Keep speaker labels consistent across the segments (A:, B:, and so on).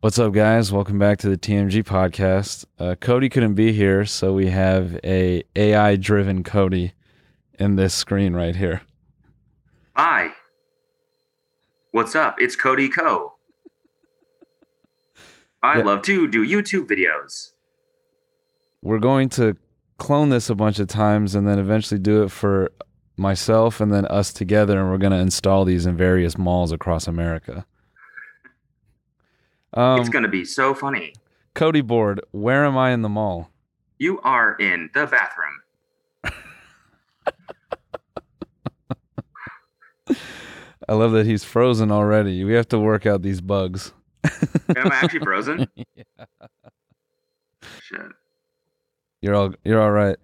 A: What's up, guys? Welcome back to the TMG podcast. Uh, Cody couldn't be here, so we have a AI-driven Cody in this screen right here.
B: Hi. What's up? It's Cody Co. I
A: Yeah.
B: love to do YouTube videos.
A: We're going to clone this a bunch of times, and then eventually do it for myself, and then us together, and we're going to install these in various malls across America. Um,
B: it's going to be so funny.
A: Cody board. Where am I in the mall?
B: You are in the bathroom.
A: I love that he's frozen already. We have to work out these bugs.
B: Am I actually frozen? Shit.
A: You're all you're all right.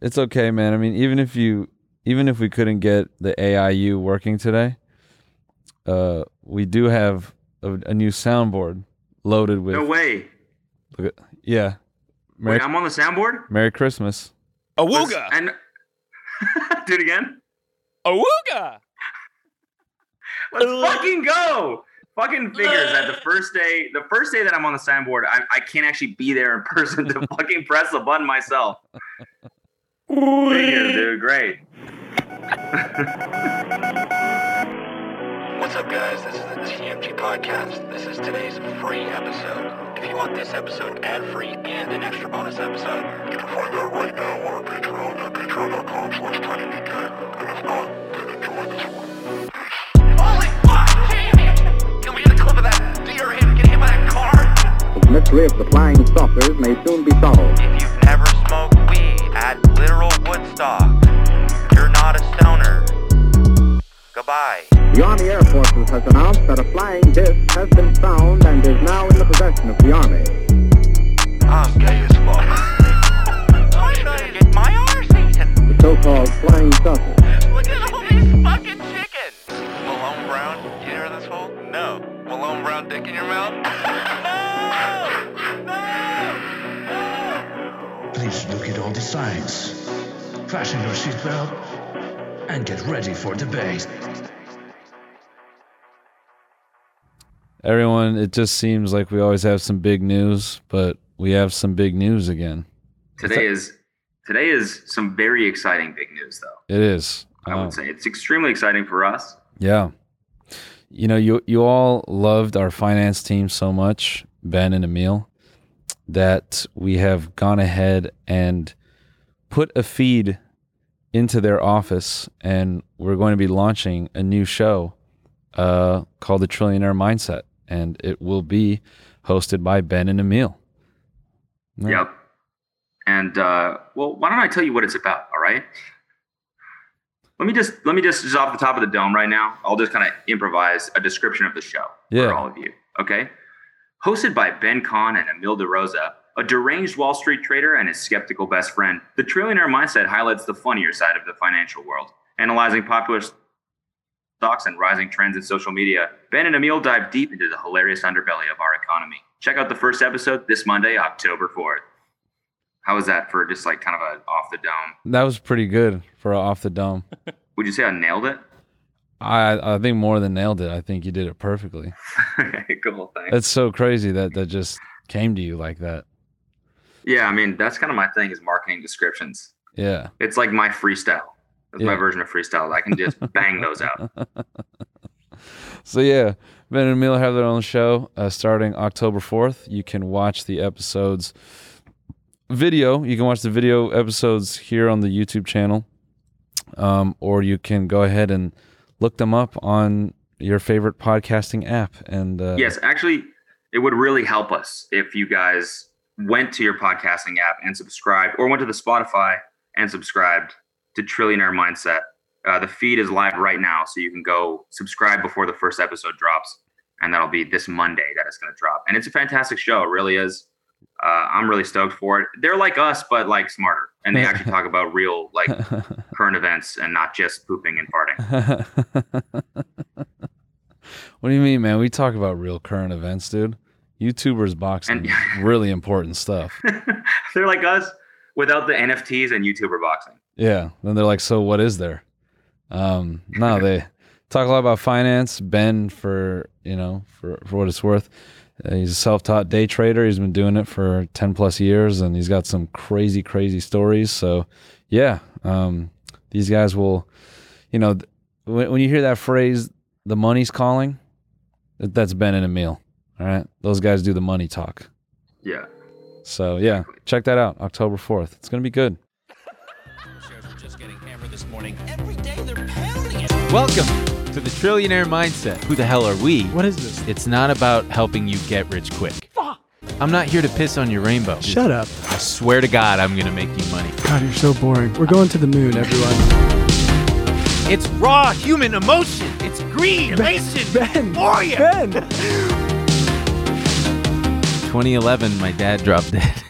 A: It's okay, man. I mean, even if you even if we couldn't get the AIU working today, uh, we do have a, a new soundboard loaded with
B: No way.
A: yeah. Merry
B: Wait, I'm on the soundboard?
A: Merry Christmas.
B: Let's- And do it again.
C: Awooga!
B: Let's
C: Ugh.
B: fucking go. Fucking figures that the first day, the first day that I'm on the soundboard, I, I can't actually be there in person to fucking press the button myself. Figures, dude. Great.
D: What's up, guys? This is the TMG Podcast. This is today's free episode. If you want this episode ad-free and an extra bonus episode, you can find that right now on our Patreon at patreon.com slash tinydk. And if not, then enjoy this one. Holy fuck! Jamie! Can we get a clip of that deer him get hit by that car?
E: The mystery of the flying saucers may soon be solved.
F: If you've never smoked weed at literal Woodstock, you're not a stoner. Goodbye.
E: The Army Air Forces has announced that a flying disc has been found and is now in the possession of the Army.
F: I'm gay as fuck. I'm trying to get my arse eaten.
E: The so-called flying saucer.
F: Look at all these fucking chickens. Malone Brown, you hear this hole? No. Malone Brown dick in your mouth? no! No! No!
G: Please look at all the signs. Fasten your seatbelt and get ready for debate.
A: Everyone, it just seems like we always have some big news, but we have some big news again.
B: Today is today is some very exciting big news, though.
A: It is.
B: I
A: Um,
B: would say it's extremely exciting for us.
A: Yeah. You know, you you all loved our finance team so much, Ben and Emil, that we have gone ahead and put a feed into their office and we're going to be launching a new show uh, called The Trillionaire Mindset. And it will be hosted by Ben and Emil. No.
B: Yep. And uh, well, why don't I tell you what it's about? All right. Let me just let me just just off the top of the dome right now. I'll just kind of improvise a description of the show
A: Yeah.
B: for all of you. Okay. Hosted by Ben Kahn and Emil DeRosa, a deranged Wall Street trader and his skeptical best friend, the Trillionaire Mindset highlights the funnier side of the financial world, analyzing popular stocks and rising trends in social media. Ben and Emil dive deep into the hilarious underbelly of our economy. Check out the first episode this Monday, October 4th. How was that for just like kind of a off the dome?
A: That was pretty good for a off the dome.
B: Would you say I nailed it?
A: I, I think more than nailed it. I think you did it perfectly.
B: okay, cool. Thanks.
A: That's so crazy that that just came to you like that.
B: Yeah, I mean that's kind of my thing is marketing descriptions.
A: Yeah.
B: It's like my freestyle. That's my
A: Yeah.
B: version of freestyle. I can just bang those out.
A: So yeah, Ben and Emil have their own show uh, starting October fourth. You can watch the episodes video. You can watch the video episodes here on the YouTube channel, um, or you can go ahead and look them up on your favorite podcasting app. And uh,
B: Yes, actually, it would really help us if you guys went to your podcasting app and subscribed, or went to the Spotify and subscribed to Trillionaire Mindset. Uh, the feed is live right now, so you can go subscribe before the first episode drops, and that'll be this Monday that it's going to drop. And it's a fantastic show, it really is. Uh, I'm really stoked for it. They're like us, but like smarter, and they actually talk about real, like current events, and not just pooping and farting.
A: what do you mean, man? We talk about real current events, dude. YouTubers boxing
B: And-
A: really important stuff.
B: They're like us without the NFTs and YouTuber boxing.
A: Yeah. Then they're like, so what is there? Um, no, they talk a lot about finance. Ben for you know for for what it's worth, Uh, he's a self-taught day trader. He's been doing it for 10 plus years and he's got some crazy crazy stories. So, yeah, um these guys will you know, th- when, when you hear that phrase the money's calling, that- that's Ben and Emil. All right? Those guys do the money talk.
B: Yeah.
A: So, yeah, check that out October 4th. It's going to be good.
C: Shares were just getting hammered this morning. Every day they're pounding it.
H: Welcome to the Trillionaire Mindset. Who the hell are we?
I: What is this?
H: It's not about helping you get rich quick. I'm not here to piss on your rainbow.
I: Shut up.
H: I swear to God, I'm going to make you money.
I: God, you're so boring. We're going to the moon, everyone.
H: It's raw human emotion. It's greed, elation,
I: Ben!
H: warrior.
I: Ben!
H: 2011, my dad dropped dead.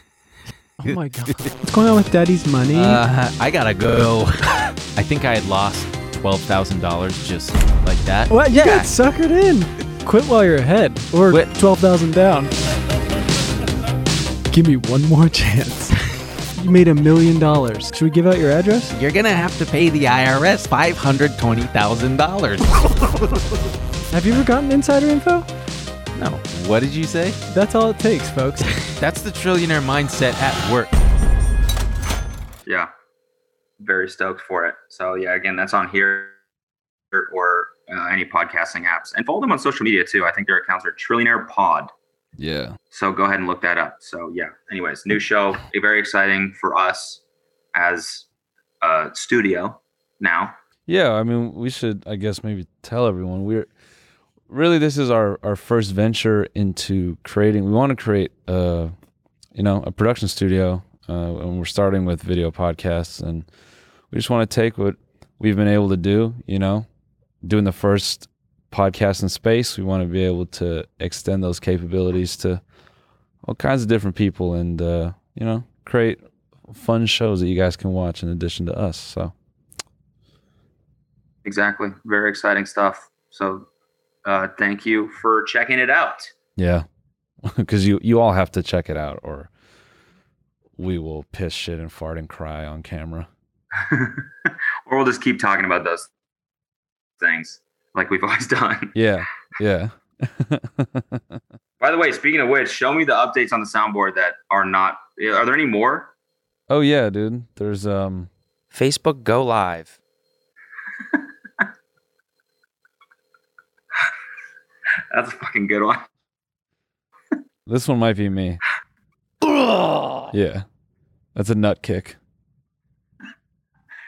I: Oh my god. What's going on with daddy's money?
H: Uh, I gotta go. I think I had lost twelve thousand dollars just like that.
I: what? You got suckered in. Quit while you're ahead. Or
H: Quit.
I: 12,000 down. Give me one more chance. You made a million dollars. Should we give out your address?
H: You're gonna have to pay the IRS five hundred twenty thousand dollars.
I: Have you ever gotten insider info?
H: No. What did you say?
I: That's all it takes, folks.
H: That's the trillionaire mindset at work.
B: yeah very stoked for it so yeah again that's on here or uh, any podcasting apps and follow them on social media too i think their accounts are trillionaire pod
A: Yeah.
B: so go ahead and look that up so yeah anyways new show eh, very exciting for us as a studio now
A: Yeah, I mean, we should, I guess, maybe tell everyone we're really this is our our first venture into creating. We want to create a, you know, a production studio, uh, and we're starting with video podcasts, and we just want to take what we've been able to do. You know, doing the first podcast in space, we want to be able to extend those capabilities to all kinds of different people, and uh, you know, create fun shows that you guys can watch in addition to us. So.
B: exactly very exciting stuff so uh, thank you for checking it out
A: Yeah. Because you, you all have to check it out or we will piss shit and fart and cry on camera.
B: or we'll just keep talking about those things like we've always done
A: Yeah. Yeah.
B: By the way, speaking of which, show me the updates on the soundboard that are not. Are there any more?
A: oh yeah, dude. There's um
F: Facebook Go Live.
B: That's a fucking good one.
A: this one might be me. yeah. That's a nut kick.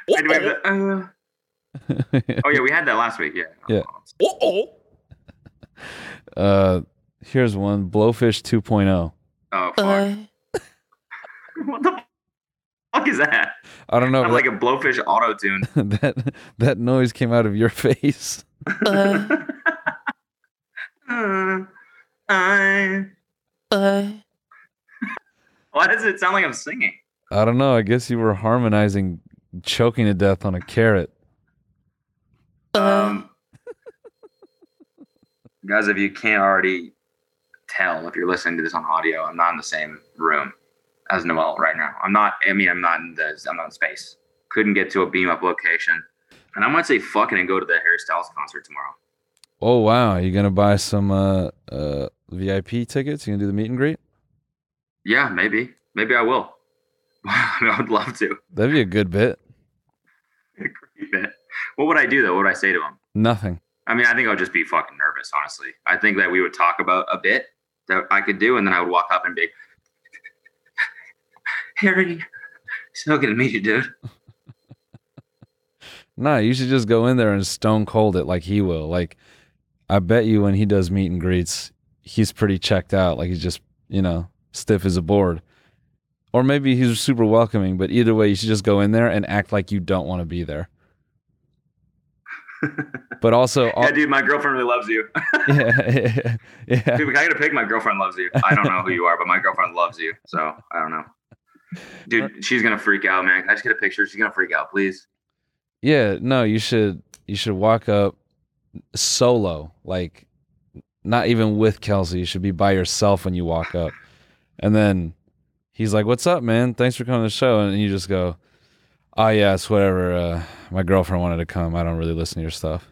B: And we have the, uh, oh yeah, we had that last week. Yeah.
A: Yeah. uh here's one, Blowfish 2.0.
B: Oh fuck. what the fuck is that?
A: I don't know.
B: I'm like a blowfish auto tune.
A: that that noise came out of your face.
B: Uh, Why does it sound like I'm singing?
A: I don't know. I guess you were harmonizing choking to death on a carrot.
B: Um, guys, if you can't already tell, if you're listening to this on audio, I'm not in the same room as Noel right now. I'm not. I mean, I'm not in the. I'm not in space. Couldn't get to a beam up location, and I might say fucking and go to the Harry Styles concert tomorrow.
A: Oh wow, you gonna buy some uh, uh, VIP tickets? You gonna do the meet and greet?
B: Yeah, maybe. Maybe I will. I, mean, I would love to.
A: That'd be a good bit.
B: What would I do though? What would I say to him?
A: Nothing.
B: I mean, I think I would just be fucking nervous, honestly. I think that we would talk about a bit that I could do, and then I would walk up and be, Harry, so good to meet you, dude.
A: Nah, you should just go in there and stone cold it like he will. Like, I bet you when he does meet and greets, he's pretty checked out. Like he's just you know stiff as a board, or maybe he's super welcoming. But either way, you should just go in there and act like you don't want to be there. but also,
B: Yeah, dude, my girlfriend really loves you.
A: yeah, yeah.
B: dude, I gotta pick. My girlfriend loves you. I don't know who you are, but my girlfriend loves you. So I don't know. Dude, she's gonna freak out, man. Can I just get a picture? She's gonna freak out, please.
A: Yeah, no, you should you should walk up solo, like not even with Kelsey. You should be by yourself when you walk up. And then he's like, "What's up, man? Thanks for coming to the show." And you just go, "Oh yeah, it's whatever. Uh, my girlfriend wanted to come. I don't really listen to your stuff."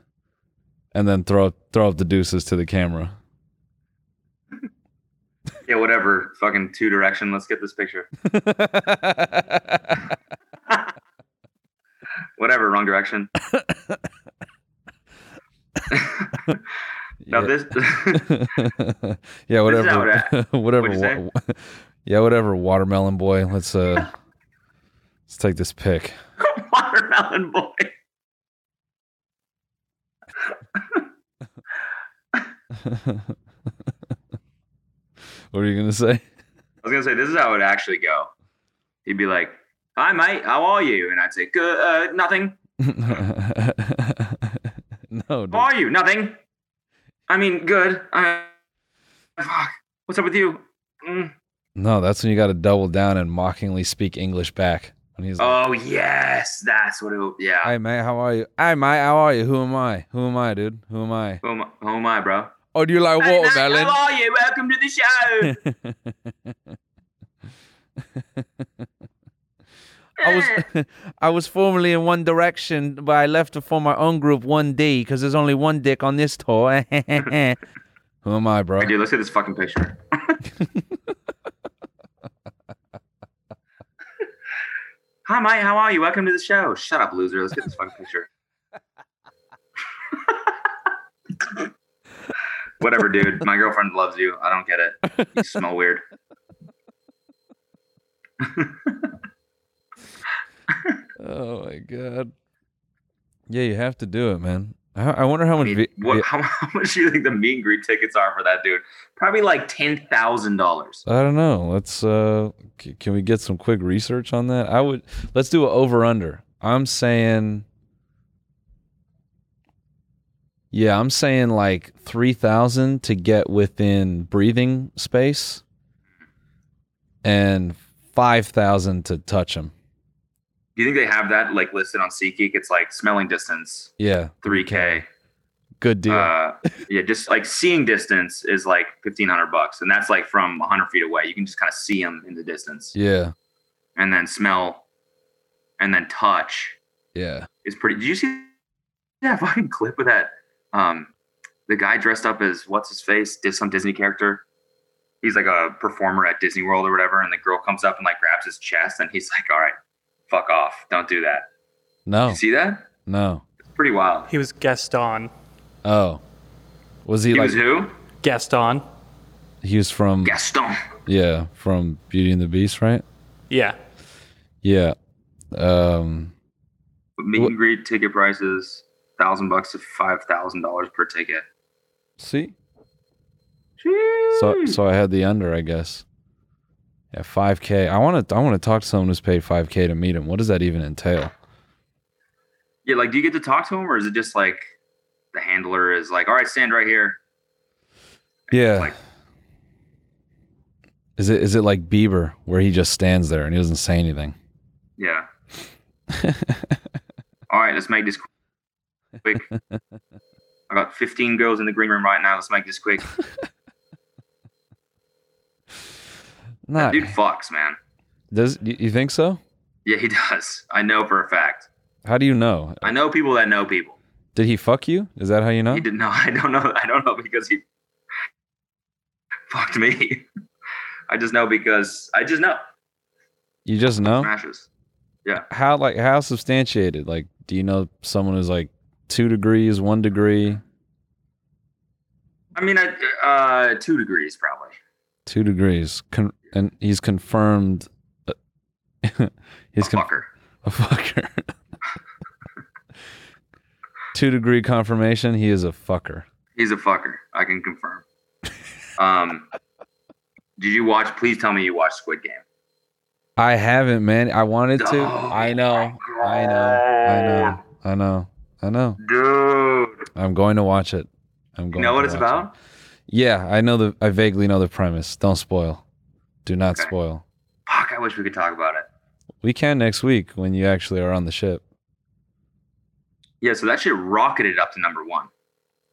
A: And then throw throw up the deuces to the camera.
B: Yeah, whatever. Fucking Two Direction. Let's get this picture. whatever. Wrong direction. Now
A: yeah.
B: this.
A: yeah, whatever.
B: how
A: whatever.
B: what'd you
A: wa- yeah, whatever. Watermelon boy. Let's uh, let's take this pick.
B: watermelon boy.
A: what are you gonna say?
B: I was gonna say this is how it would actually go. He'd be like, "Hi, mate. How are you?" And I'd say, "Good. Uh, nothing.
A: no, dude.
B: How are you? Nothing. I mean, good. Uh, fuck. What's up with you?" Mm.
A: no. That's when you got to double down and mockingly speak English back. When he's like,
B: Oh yes, that's what it. w- Yeah.
A: "Hey, mate, how are you? Hey, mate, how are you? Who am I? Who am I, dude? Who am I?
B: who, am I, who am I, bro?
A: Oh, do you like
B: Hey, mate,
A: watermelon?"
B: how are you? Welcome to the show.
A: I was I was formerly in One Direction, but I left to form my own group, One D, because there's only one dick on this tour. Who am I, bro?
B: Hey, dude, let's get this fucking picture. Hi, mate. How are you? Welcome to the show. Shut up, loser. Let's get this fucking picture. Whatever, dude. My girlfriend loves you. I don't get it. You smell weird.
A: Oh my god. Yeah, you have to do it, man. I, I wonder how
B: I
A: much.
B: mean,
A: vi-
B: what,
A: vi-
B: how, how much do you think the meet and greet tickets are for that dude? Probably like ten thousand dollars.
A: I don't know. Let's uh, c- can we get some quick research on that? I would. Let's do an over under. I'm saying. Yeah, I'm saying like three thousand to get within breathing space, and five thousand to touch him.
B: Do you think they have that like listed on SeatGeek? It's like smelling distance,
A: Yeah,
B: three k.
A: good deal.
B: Uh, yeah, just like seeing distance is like fifteen hundred bucks, and that's like from hundred feet away. You can just kind of see them in the distance,
A: yeah,
B: and then smell, and then touch
A: yeah.
B: is pretty. Did you see that fucking clip of that? Um, the guy dressed up as what's his face did some Disney character. He's like a performer at Disney World or whatever, and the girl comes up and like grabs his chest, and he's like, "All right, fuck off, don't do that."
A: No,
B: You see that?
A: no.
B: Pretty wild.
J: He was Gaston.
A: Oh, was he,
B: He
A: like
B: was who?
J: Gaston.
A: he was from
B: Gaston.
A: yeah from Beauty and the Beast, right?
J: Yeah.
A: Yeah. Um
B: meet
A: Wha-
B: and greet ticket prices thousand bucks to five thousand dollars per ticket.
A: see? So so I had the under, I guess. Yeah, 5k. I want to I want to talk to someone who's paid 5k to meet him. What does that even entail?
B: Yeah, like, do you get to talk to him, or is it just like the handler is like, "All right, stand right here."
A: Yeah.
B: Like-
A: is it is it like Bieber where he just stands there and he doesn't say anything?
B: Yeah. All right, let's make this quick. I got fifteen girls in the green room right now. Let's make this quick.
A: Not
B: Dude fucks, man.
A: Does you you think so?
B: Yeah, he does. I know for a fact.
A: How do you know?
B: I know people that know people.
A: Did he fuck you? Is that how you know?
B: He didn't know. I don't know. I don't know because he fucked me. I just know because I just know.
A: You just know?
B: Smashes.
A: How like how substantiated? Like do you know someone who's like 2 degrees, 1 degree,
B: I mean, I, uh, two degrees probably.
A: Two degrees, con- and he's confirmed. uh, he's
B: a
A: con-
B: fucker.
A: a fucker. Two degree confirmation. He is a fucker.
B: He's a fucker. I can confirm. um, did you watch? Please tell me you watched Squid Game.
A: I haven't, man. I wanted to.
B: Oh
A: I know. I know. I know. I know. I know.
B: Dude,
A: I'm going to watch it. I'm
B: you
A: going.
B: know
A: to
B: what it's
A: watch
B: about?
A: it. Yeah, I know the. I vaguely know the premise. Don't spoil. Do not
B: Okay.
A: spoil.
B: Fuck, I wish we could talk about it.
A: We can next week when you actually are on the ship.
B: Yeah, so that shit rocketed up to number one,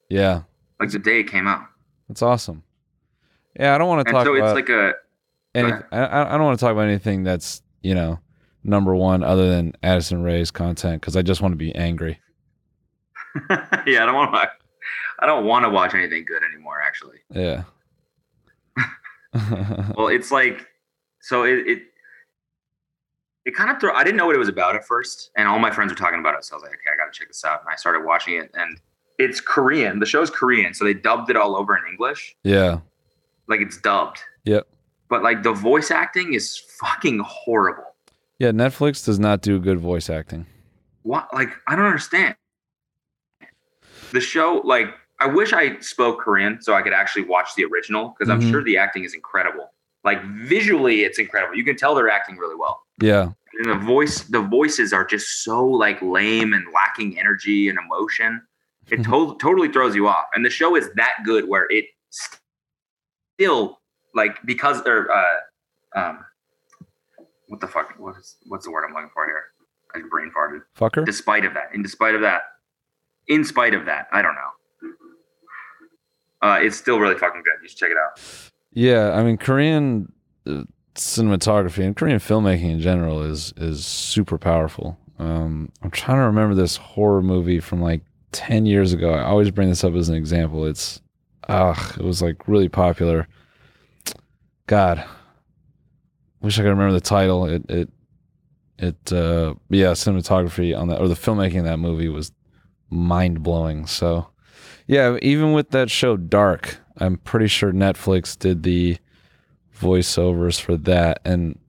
A: Yeah,
B: like the day it came out.
A: that's awesome. Yeah, I don't want to
B: And
A: talk
B: so it's
A: about.
B: like a
A: any,
B: ahead.
A: I, I I don't want to talk about anything that's you know number one other than Addison Ray's content because I just want to be angry.
B: yeah. I don't want to. I don't want to watch anything good anymore. Actually,
A: Yeah,
B: well, it's like so it it, it kind of threw. I didn't know what it was about at first, and all my friends were talking about it. So I was like, okay, I got to check this out. And I started watching it, and it's Korean. The show's Korean, so they dubbed it all over in English.
A: yeah.
B: Like it's dubbed.
A: Yep.
B: But like the voice acting is fucking horrible.
A: Yeah, Netflix does not do good voice acting.
B: What? Like I don't understand. The show, like, I wish I spoke Korean so I could actually watch the original because I'm
A: Mhm.
B: sure the acting is incredible. Like visually, it's incredible. You can tell they're acting really well.
A: Yeah.
B: and the voice the voices are just so like lame and lacking energy and emotion it to- totally throws you off and the show is that good where it st- still like because or uh um what the fuck what is what's the word i'm looking for here i just brain farted
A: Fucker.
B: despite of that in despite of that in spite of that i don't know uh it's still really fucking good you should check it out
A: Yeah, I mean Korean uh, cinematography and Korean filmmaking in general is is super powerful. Um, I'm trying to remember this horror movie from like ten years ago. I always bring this up as an example. It's ugh, it was like really popular. God, wish I could remember the title. It it it uh yeah, cinematography on that or the filmmaking of that movie was mind blowing. So yeah, even with that show Dark, I'm pretty sure Netflix did the voiceovers for that and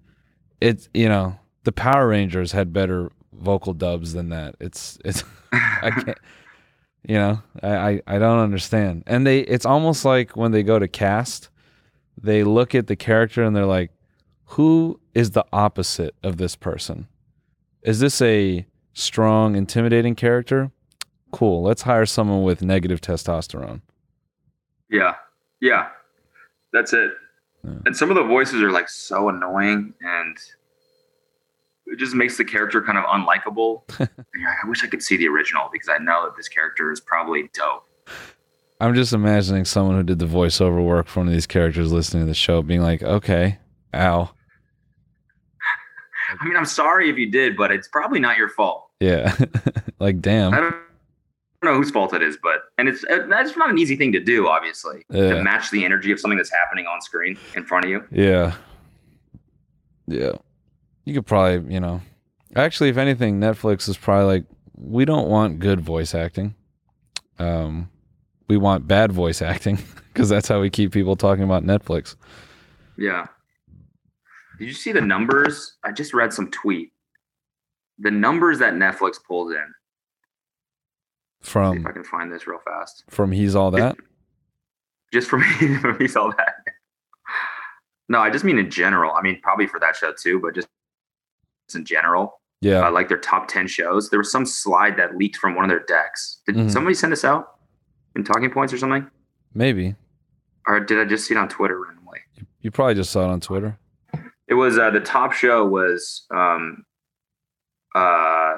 A: it you know, the Power Rangers had better vocal dubs than that. It's it's I can't you know, I, I, I don't understand. And they it's almost like when they go to cast, they look at the character and they're like, who is the opposite of this person? Is this a strong, intimidating character? Cool. Let's hire someone with negative testosterone.
B: Yeah. Yeah. That's it. And some of the voices are like so annoying and it just makes the character kind of unlikable. And you're like, I wish I could see the original because I know that this character is probably dope.
A: I'm just imagining someone who did the voiceover work for one of these characters listening to the show being like, okay, ow.
B: I mean, I'm sorry if you did, but it's probably not your fault.
A: Yeah. like,
B: I
A: damn.
B: don't, I don't know whose fault it is, but and it's uh, that's not an easy thing to do, obviously,
A: Yeah.
B: to match the energy of something that's happening on screen in front of you.
A: Yeah. Yeah. You could probably, you know, actually, if anything, Netflix is probably like, we don't want good voice acting. Um, we want bad voice acting because that's how we keep people talking about Netflix.
B: Yeah. Did you see the numbers? I just read some tweet. The numbers that Netflix pulled in. See if I
A: From
B: can find this real fast.
A: from he's all that.
B: Just for me, for me, saw that. No, I just mean in general. I mean, probably for that show too, but just just in general,
A: Yeah.
B: uh, like their top ten shows. There was some slide that leaked from one of their decks. Did
A: Mhm.
B: somebody send this out in talking points or something?
A: Maybe.
B: Or did I just see it on Twitter randomly?
A: You probably just saw it on Twitter.
B: It was uh, the top show was um, uh,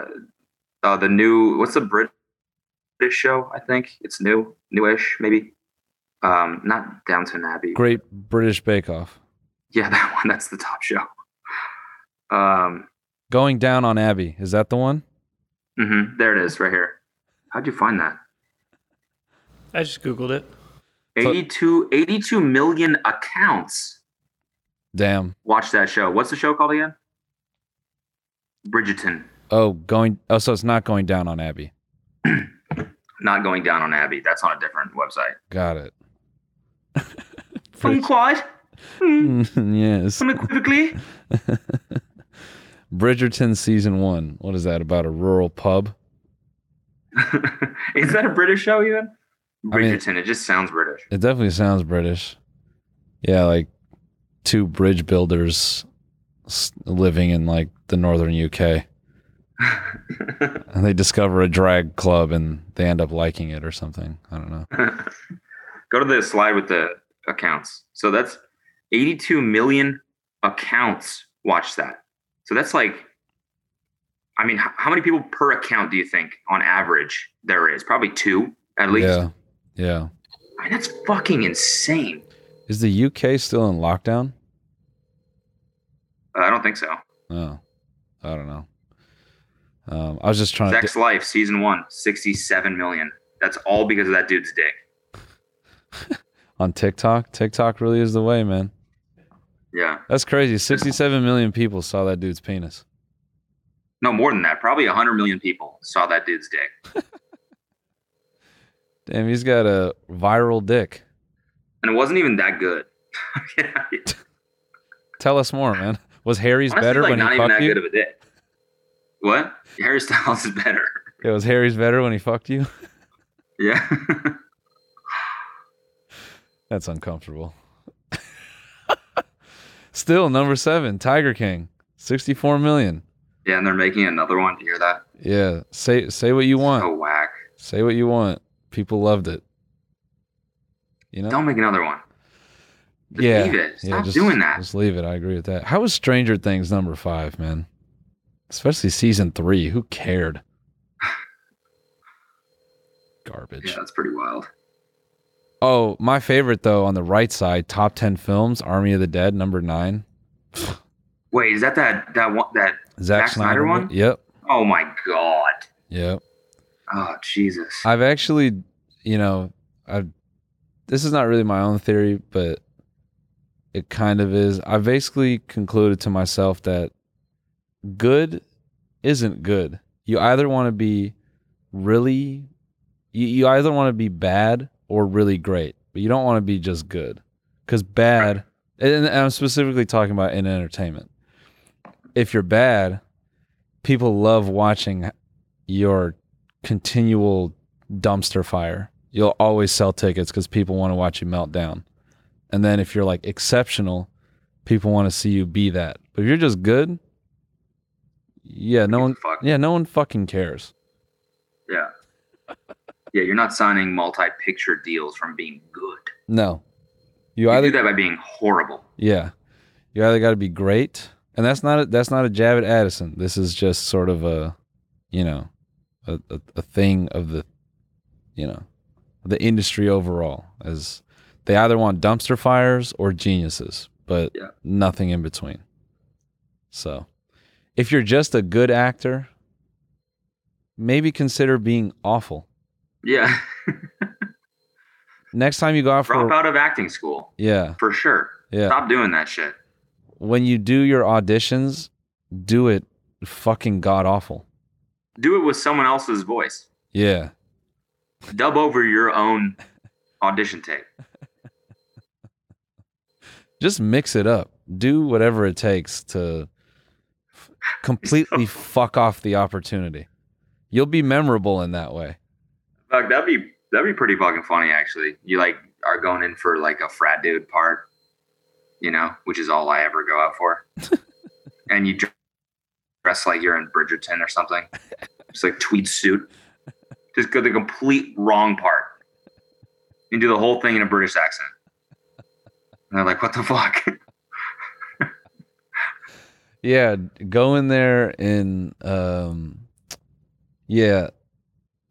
B: uh, the new what's the British show? I think it's new, newish maybe. Um, not Downton Abbey.
A: Great British Bake Off.
B: Yeah, that one. That's the top show. Um,
A: Going down on Abby. Is that the one?
B: mhm, there it is, right here. How'd you find that?
J: I just Googled it.
B: 82, 82 million accounts
A: Damn.
B: watch that show. What's the show called again? Bridgerton.
A: Oh, going. Oh, so it's not going down on Abby.
B: Not going down on Abbey. That's on a different website.
A: Got it.
B: From Quad,
A: yes.
B: unequivocally.
A: Bridgerton season one. What is that about? A rural pub?
B: Is that a British show even?
A: I mean-
B: Bridgerton. it just sounds British.
A: It definitely sounds British. Yeah, like two bridge builders s- living in like the northern UK. and they discover a drag club and they end up liking it or something. I don't know.
B: Go to the slide with the accounts. So that's 82 million accounts watch that. So that's like, I mean, h- how many people per account do you think on average there is? Probably two at least.
A: Yeah. Yeah.
B: I mean, that's fucking insane.
A: Is the UK still in lockdown?
B: Uh, I don't think so.
A: Oh, I don't know. Um, I was just trying
B: Sex Life season one, 67 million. That's all because of that dude's dick.
A: to on TikTok. TikTok really is the way, man.
B: Yeah.
A: That's crazy. 67 million people saw that dude's penis.
B: No, more than that. Probably 100 million people saw that dude's dick.
A: Damn, he's got a viral dick.
B: And it wasn't even that good.
A: Tell us more, man. Was Harry's
B: Honestly,
A: better
B: like,
A: when
B: not
A: he
B: even
A: fucked
B: that
A: you?
B: good of a dick. What? Harry Styles is better.
A: It was Harry's better when he fucked you?
B: Yeah.
A: That's uncomfortable. Still number 7, Tiger King, 64 million.
B: Yeah, and they're making another one. You hear that?
A: Yeah, say say what you want.
B: Oh, whack.
A: Say what you want. People loved it. You know?
B: Don't make another one. Just
A: yeah.
B: leave it.
A: yeah,
B: Stop
A: just,
B: doing that.
A: Just leave it. I agree with that. How was Stranger Things number 5, man? Especially season 3, who cared? Garbage.
B: Yeah, that's pretty wild.
A: Oh, my favorite though on the right side, top 10 films, Army of the Dead number 9.
B: Wait, is that that that one that
A: Zack
B: Zack Snyder,
A: Snyder
B: one?
A: one? Yep.
B: Oh my god.
A: Yep.
B: Oh Jesus.
A: I've actually, you know, I this is not really my own theory, but it kind of is. I basically concluded to myself that good isn't good. You either want to be really you, you either want to be bad or really great, but you don't want to be just good. Cuz bad and, and I'm specifically talking about in entertainment. If you're bad, people love watching your continual dumpster fire. You'll always sell tickets because people want to watch you melt down. And then if you're like exceptional, people want to see you be that. But if you're just good, yeah, no one, yeah, no one fucking cares.
B: Yeah. Yeah, you're not signing multi-picture deals from being good.
A: No, you
B: You
A: either
B: do that by being horrible.
A: Yeah, you either got to be great, and that's not a, that's not a jab at Addison. This is just sort of a, you know, a, a, a thing of the, you know, the industry overall. As they either want dumpster fires or geniuses, but nothing in between. So, if you're just a good actor, maybe consider being awful.
B: Yeah.
A: Next time you go out for
B: Drop out of acting school.
A: yeah,
B: For sure.
A: Yeah.
B: Stop doing that shit.
A: when you do your auditions, do it fucking god awful.
B: Do it with someone else's voice.
A: Yeah.
B: Dub over your own audition tape.
A: Just mix it up. Do whatever it takes to f- completely fuck off the opportunity. You'll be memorable in that way.
B: Fuck, that'd be that'd be pretty fucking funny actually. You like are going in for like a frat dude part, you know, which is all I ever go out for. and you dr- dress like you're in Bridgerton or something. It's like tweed suit. Just go the complete wrong part. And do the whole thing in a British accent. And they're like, what the fuck?
A: Yeah, go in there in um yeah,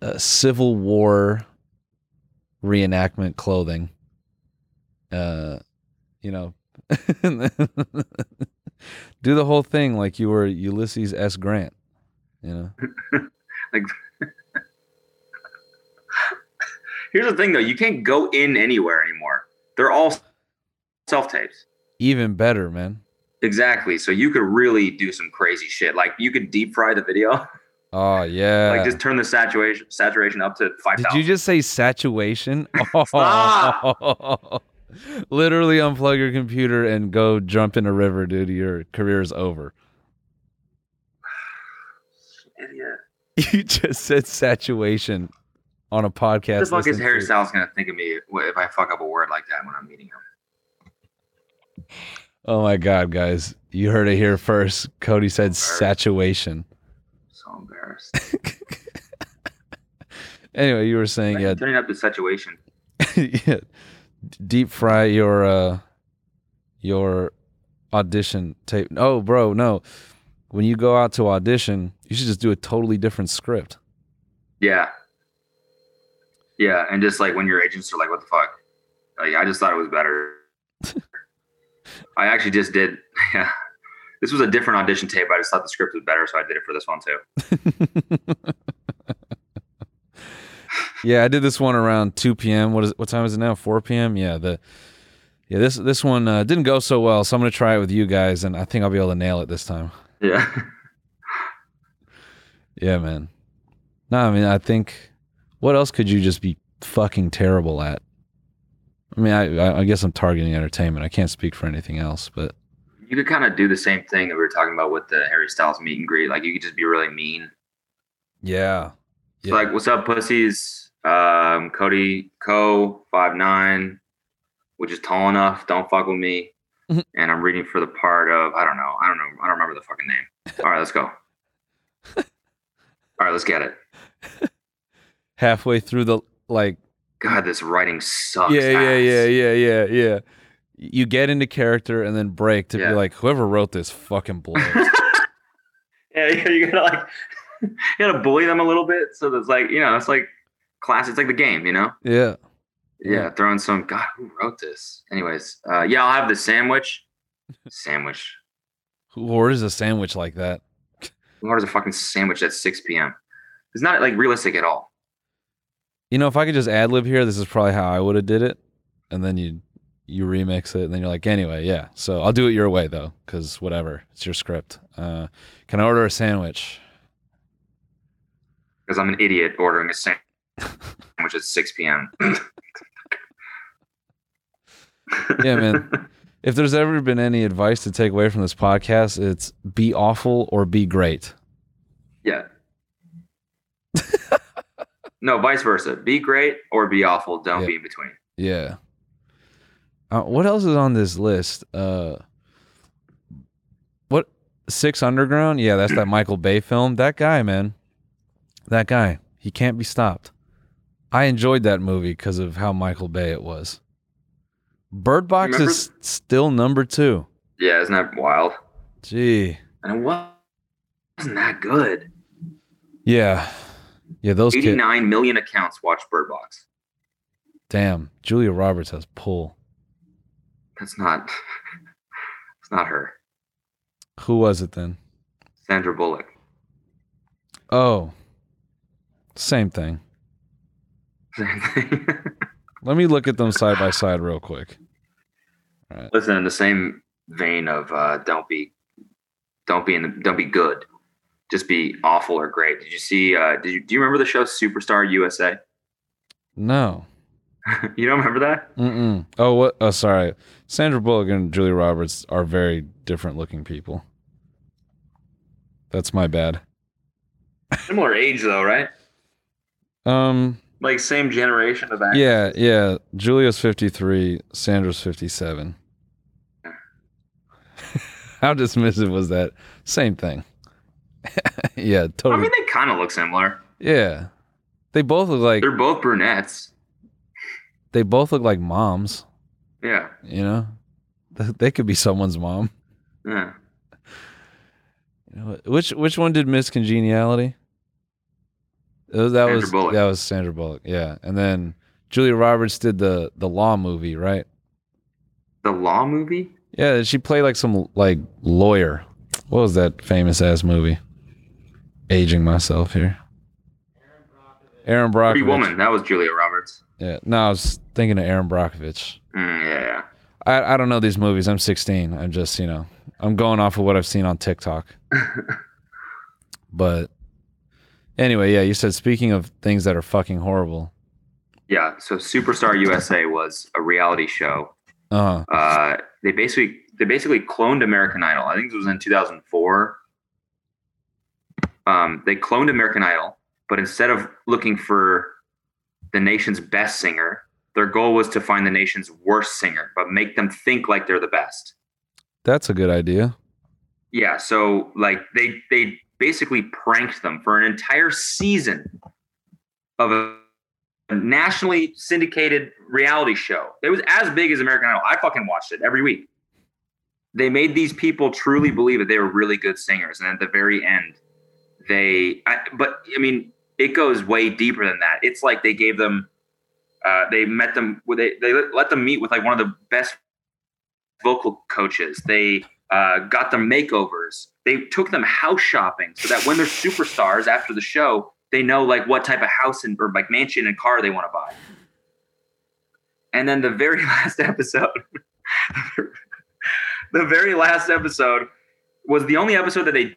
A: uh, Civil War reenactment clothing. Uh you know, do the whole thing like you were Ulysses S. Grant, you know.
B: like Here's the thing though, you can't go in anywhere anymore. They're all self tapes.
A: Even better, man.
B: Exactly. So you could really do some crazy shit. Like you could deep fry the video.
A: Oh yeah.
B: like just turn the saturation saturation up to five
A: Did you
B: thousand.
A: just say saturation? Oh. Literally unplug your computer and go jump in a river, dude. Your career is over.
B: Idiot.
A: You just said saturation on a podcast.
B: What the fuck is
A: listening
B: Harry
A: to-
B: Styles gonna think of me if I fuck up a word like that when I'm meeting him?
A: Oh my god, guys. You heard it here first. Cody said saturation.
B: So embarrassed.
A: Anyway, you were saying yeah,
B: Turning up the saturation.
A: yeah. Deep fry your uh your audition tape. Oh, bro, no. When you go out to audition, you should just do a totally different script.
B: Yeah. Yeah, and just like when your agents are like, "What the fuck?" Like I just thought it was better. I actually just did. Yeah. This was a different audition tape. I just thought the script was better, so I did it for this one too.
A: Yeah, I did this one around 2 p.m. What is what time is it now? 4 p.m. Yeah, the Yeah, this this one uh, didn't go so well, so I'm gonna try it with you guys, and I think I'll be able to nail it this time.
B: Yeah.
A: Yeah, man. No, I mean, I think what else could you just be fucking terrible at? I mean, I, I- I guess I'm targeting entertainment. I can't speak for anything else, but
B: You could kind of do the same thing that we were talking about with the Harry Styles meet and greet. Like you could just be really mean.
A: yeah,
B: It's like, what's up, pussies? Um, Cody Co five nine, which is tall enough. Don't fuck with me.
A: Mhm.
B: And I'm reading for the part of I don't know. I don't know. I don't remember the fucking name. All right, let's go. All right, let's get it.
A: halfway through the like,
B: God, this writing sucks.
A: yeah, yeah,
B: ass.
A: yeah, yeah, yeah, yeah. You get into character and then break to
B: Yeah.
A: be like, whoever wrote this fucking blows.
B: Yeah, yeah, you gotta like, you gotta bully them a little bit. So that's like, you know, it's like class. It's like the game, you know.
A: yeah,
B: Yeah, throwing some. God, who wrote this? Anyways, uh, yeah, I'll have the sandwich. Sandwich.
A: who orders a sandwich like that?
B: Who orders a fucking sandwich at 6 p.m.? It's not like realistic at all.
A: You know, if I could just ad lib here, this is probably how I would have did it. And then you you remix it, and then you're like, anyway, yeah. So I'll do it your way though, because whatever, it's your script. Uh, can I order a sandwich?
B: Because I'm an idiot ordering a sandwich at 6 p.m.
A: Yeah, man. if there's ever been any advice to take away from this podcast, it's be awful or be great.
B: yeah. no, vice versa. Be great or be awful. Don't
A: Yeah.
B: be in between.
A: Yeah. Uh, what else is on this list? Uh, what Six Underground? Yeah, that's that Michael Bay film. That guy, man. That guy. He can't be stopped. I enjoyed that movie because of how Michael Bay it was. Bird Box
B: Remember-
A: is still number two.
B: Yeah, isn't that wild?
A: Gee.
B: And it wa- wasn't that good.
A: Yeah. Yeah, those kids.
B: Eighty-nine million accounts watch Bird Box.
A: Damn. Julia Roberts has pull.
B: That's not. It's not her.
A: Who was it then?
B: Sandra Bullock.
A: Oh. Same thing.
B: Same thing.
A: Let me look at them side by side real quick.
B: Listen, in the same vein of uh, don't be, don't be in, the, don't be good, just be awful or great. Did you see? Uh, did you do you remember the show Superstar USA?
A: No.
B: you don't remember that?
A: Mm-mm. Oh, what? Oh, sorry. Sandra Bullock and Julia Roberts are very different looking people. That's my bad.
B: Similar age though, right?
A: Um.
B: Like same generation of that.
A: Yeah. Yeah. Julia's fifty-three. Sandra's fifty-seven. How dismissive was that? Same thing. yeah.
B: I
A: Totally.
B: mean, they kind of look similar.
A: Yeah. They both look like
B: They're both brunettes.
A: they both look like moms.
B: Yeah.
A: You know, they could be someone's mom.
B: Yeah.
A: You know, which which one did Miss Congeniality? That was that
B: Sandra
A: was,
B: Bullock.
A: that was Sandra Bullock. Yeah, and then Julia Roberts did the the law movie, right?
B: The Law movie.
A: Yeah, she played like some like lawyer. What was that famous ass movie? Aging myself here. Aaron Brockovich.
B: Pretty Woman. That was Julia Roberts.
A: Yeah. No, I was thinking of Aaron Brockovich.
B: Mm, yeah, yeah.
A: I, I don't know these movies. I'm 16. I'm just, you know, I'm going off of what I've seen on TikTok. but anyway, yeah, you said speaking of things that are fucking horrible.
B: Yeah. So Superstar USA was a reality show.
A: Uh
B: Uh, they basically they basically cloned American Idol. I think this was in 2004. Um, they cloned American Idol, but instead of looking for the nation's best singer, their goal was to find the nation's worst singer, but make them think like they're the best.
A: that's a good idea.
B: Yeah, so like they they basically pranked them for an entire season of a, a nationally syndicated reality show. It was as big as American Idol. I fucking watched it every week. They made these people truly believe that they were really good singers, and at the very end, they. I, but I mean, it goes way deeper than that. It's like they gave them, uh, they met them. with- They they let them meet with like one of the best vocal coaches. They uh, got them makeovers. They took them house shopping so that when they're superstars after the show, they know like what type of house and or like mansion and car they want to buy. And then the very last episode, the very last episode was the only episode that they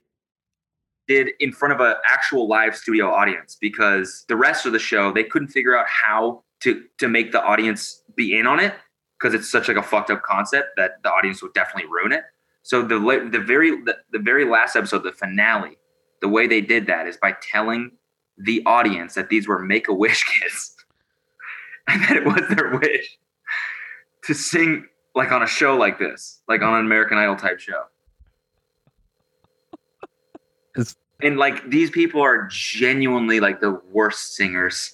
B: did in front of an actual live studio audience because the rest of the show they couldn't figure out how to to make the audience be in on it because it's such like a fucked up concept that the audience would definitely ruin it. So the la- the very the, the very last episode, the finale, the way they did that is by telling the audience that these were make a wish kids and that it was their wish to sing like on a show like this, like on an American Idol type show.
A: It's-
B: and like these people are genuinely like the worst singers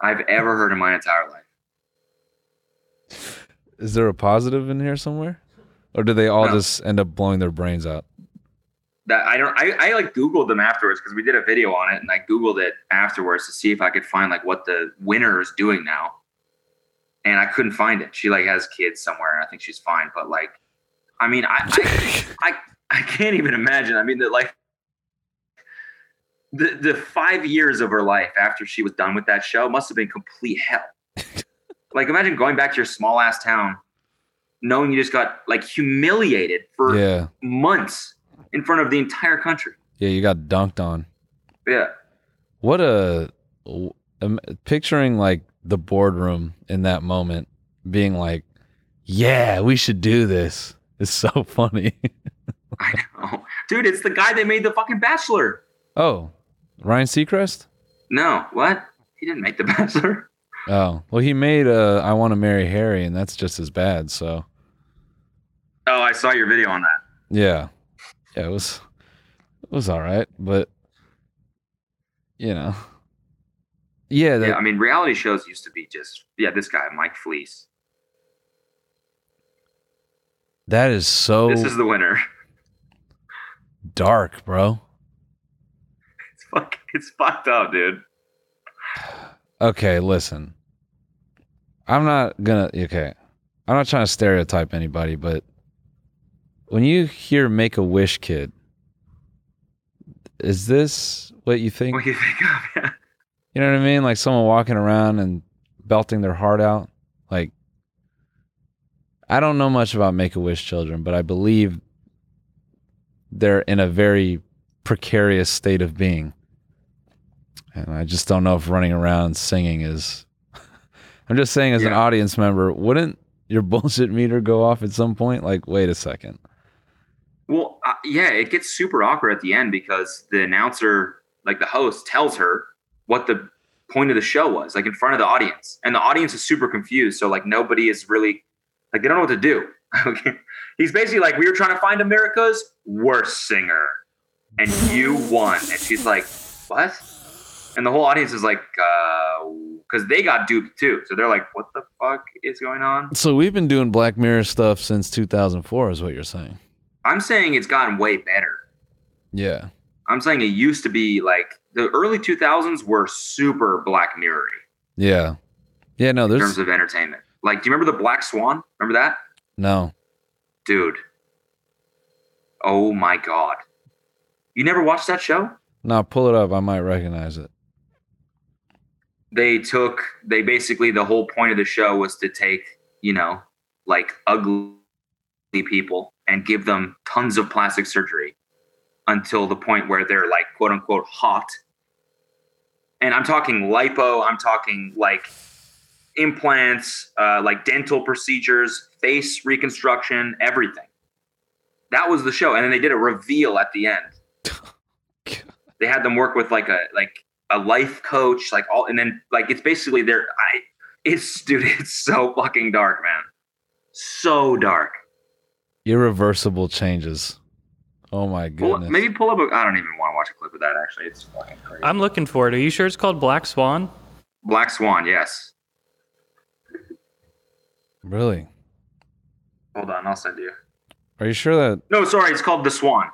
B: I've ever heard in my entire life.
A: Is there a positive in here somewhere? Or do they all
B: No.
A: just end up blowing their brains out?
B: That I don't I, I like Googled them afterwards because we did a video on it and I Googled it afterwards to see if I could find like what the winner is doing now. And I couldn't find it. She like has kids somewhere and I think she's fine. But like I mean I I, I, I can't even imagine. I mean that like the the five years of her life after she was done with that show must have been complete hell. like imagine going back to your small ass town, knowing you just got like humiliated for
A: Yeah.
B: months in front of the entire country.
A: Yeah, you got dunked on.
B: Yeah.
A: What a um, picturing like the boardroom in that moment being like, "Yeah, we should do this." It's so funny.
B: Oh, dude, it's the guy that made the fucking Bachelor.
A: oh, Ryan Seacrest?
B: No, what? He didn't make the Bachelor.
A: Oh, well, he made uh, "I Want to Marry Harry," and that's just as bad. So,
B: Oh, I saw your video on that.
A: yeah, yeah, it was, it was all right, but you know, yeah, that,
B: yeah, I mean, reality shows used to be just yeah, this guy Mike Fleece.
A: that is so
B: This is the winner.
A: dark, bro.
B: It's fuck, it's fucked up, dude.
A: Okay, listen. I'm not gonna okay. I'm not trying to stereotype anybody, but when you hear make a wish kid, is this what you think?
B: What do you think of? Yeah.
A: You know what I mean? Like someone walking around and belting their heart out. Like I don't know much about make a wish children, but I believe they're in a very precarious state of being. And I just don't know if running around singing is I'm just saying as an
B: Yeah.
A: audience member, wouldn't your bullshit meter go off at some point? Like, wait a second.
B: Well, uh, yeah, it gets super awkward at the end because the announcer, like the host, tells her what the point of the show was, like in front of the audience, and the audience is super confused. So like nobody is really like they don't know what to do. Okay, he's basically like, we were trying to find America's worst singer, and you won, and she's like, what? And the whole audience is like, because they got duped too, so they're like, what the fuck is going on?
A: So we've been doing Black Mirror stuff since 2004 is what you're saying.
B: I'm saying it's gotten way better.
A: Yeah.
B: I'm saying it used to be like the early 2000s were super Black Mirror
A: Yeah. Yeah, no,
B: in
A: there's
B: terms of entertainment. Like, do you remember the Black Swan? Remember that,
A: no.
B: dude? Oh my god! You never watched that show?
A: No, pull it up. I might recognize it.
B: They took they basically the whole point of the show was to take you know like ugly people and give them tons of plastic surgery until the point where they're like quote unquote hot. And I'm talking lipo. I'm talking like implants, uh, like dental procedures, face reconstruction, everything. That was the show, and then they did a reveal at the end. they had them work with like a like a life coach, like all, and then like it's basically their. I it's dude, it's so fucking dark, man. So dark.
A: Irreversible changes. Oh my
B: Pull,
A: goodness.
B: maybe pull up. A, I don't even want to watch a clip of that. Actually, it's fucking crazy.
J: I'm looking for it. Are you sure it's called Black Swan?
B: Black Swan. Yes.
A: Really?
B: Hold on, I'll send you.
A: Are you sure that
B: No, sorry, it's called The Swan.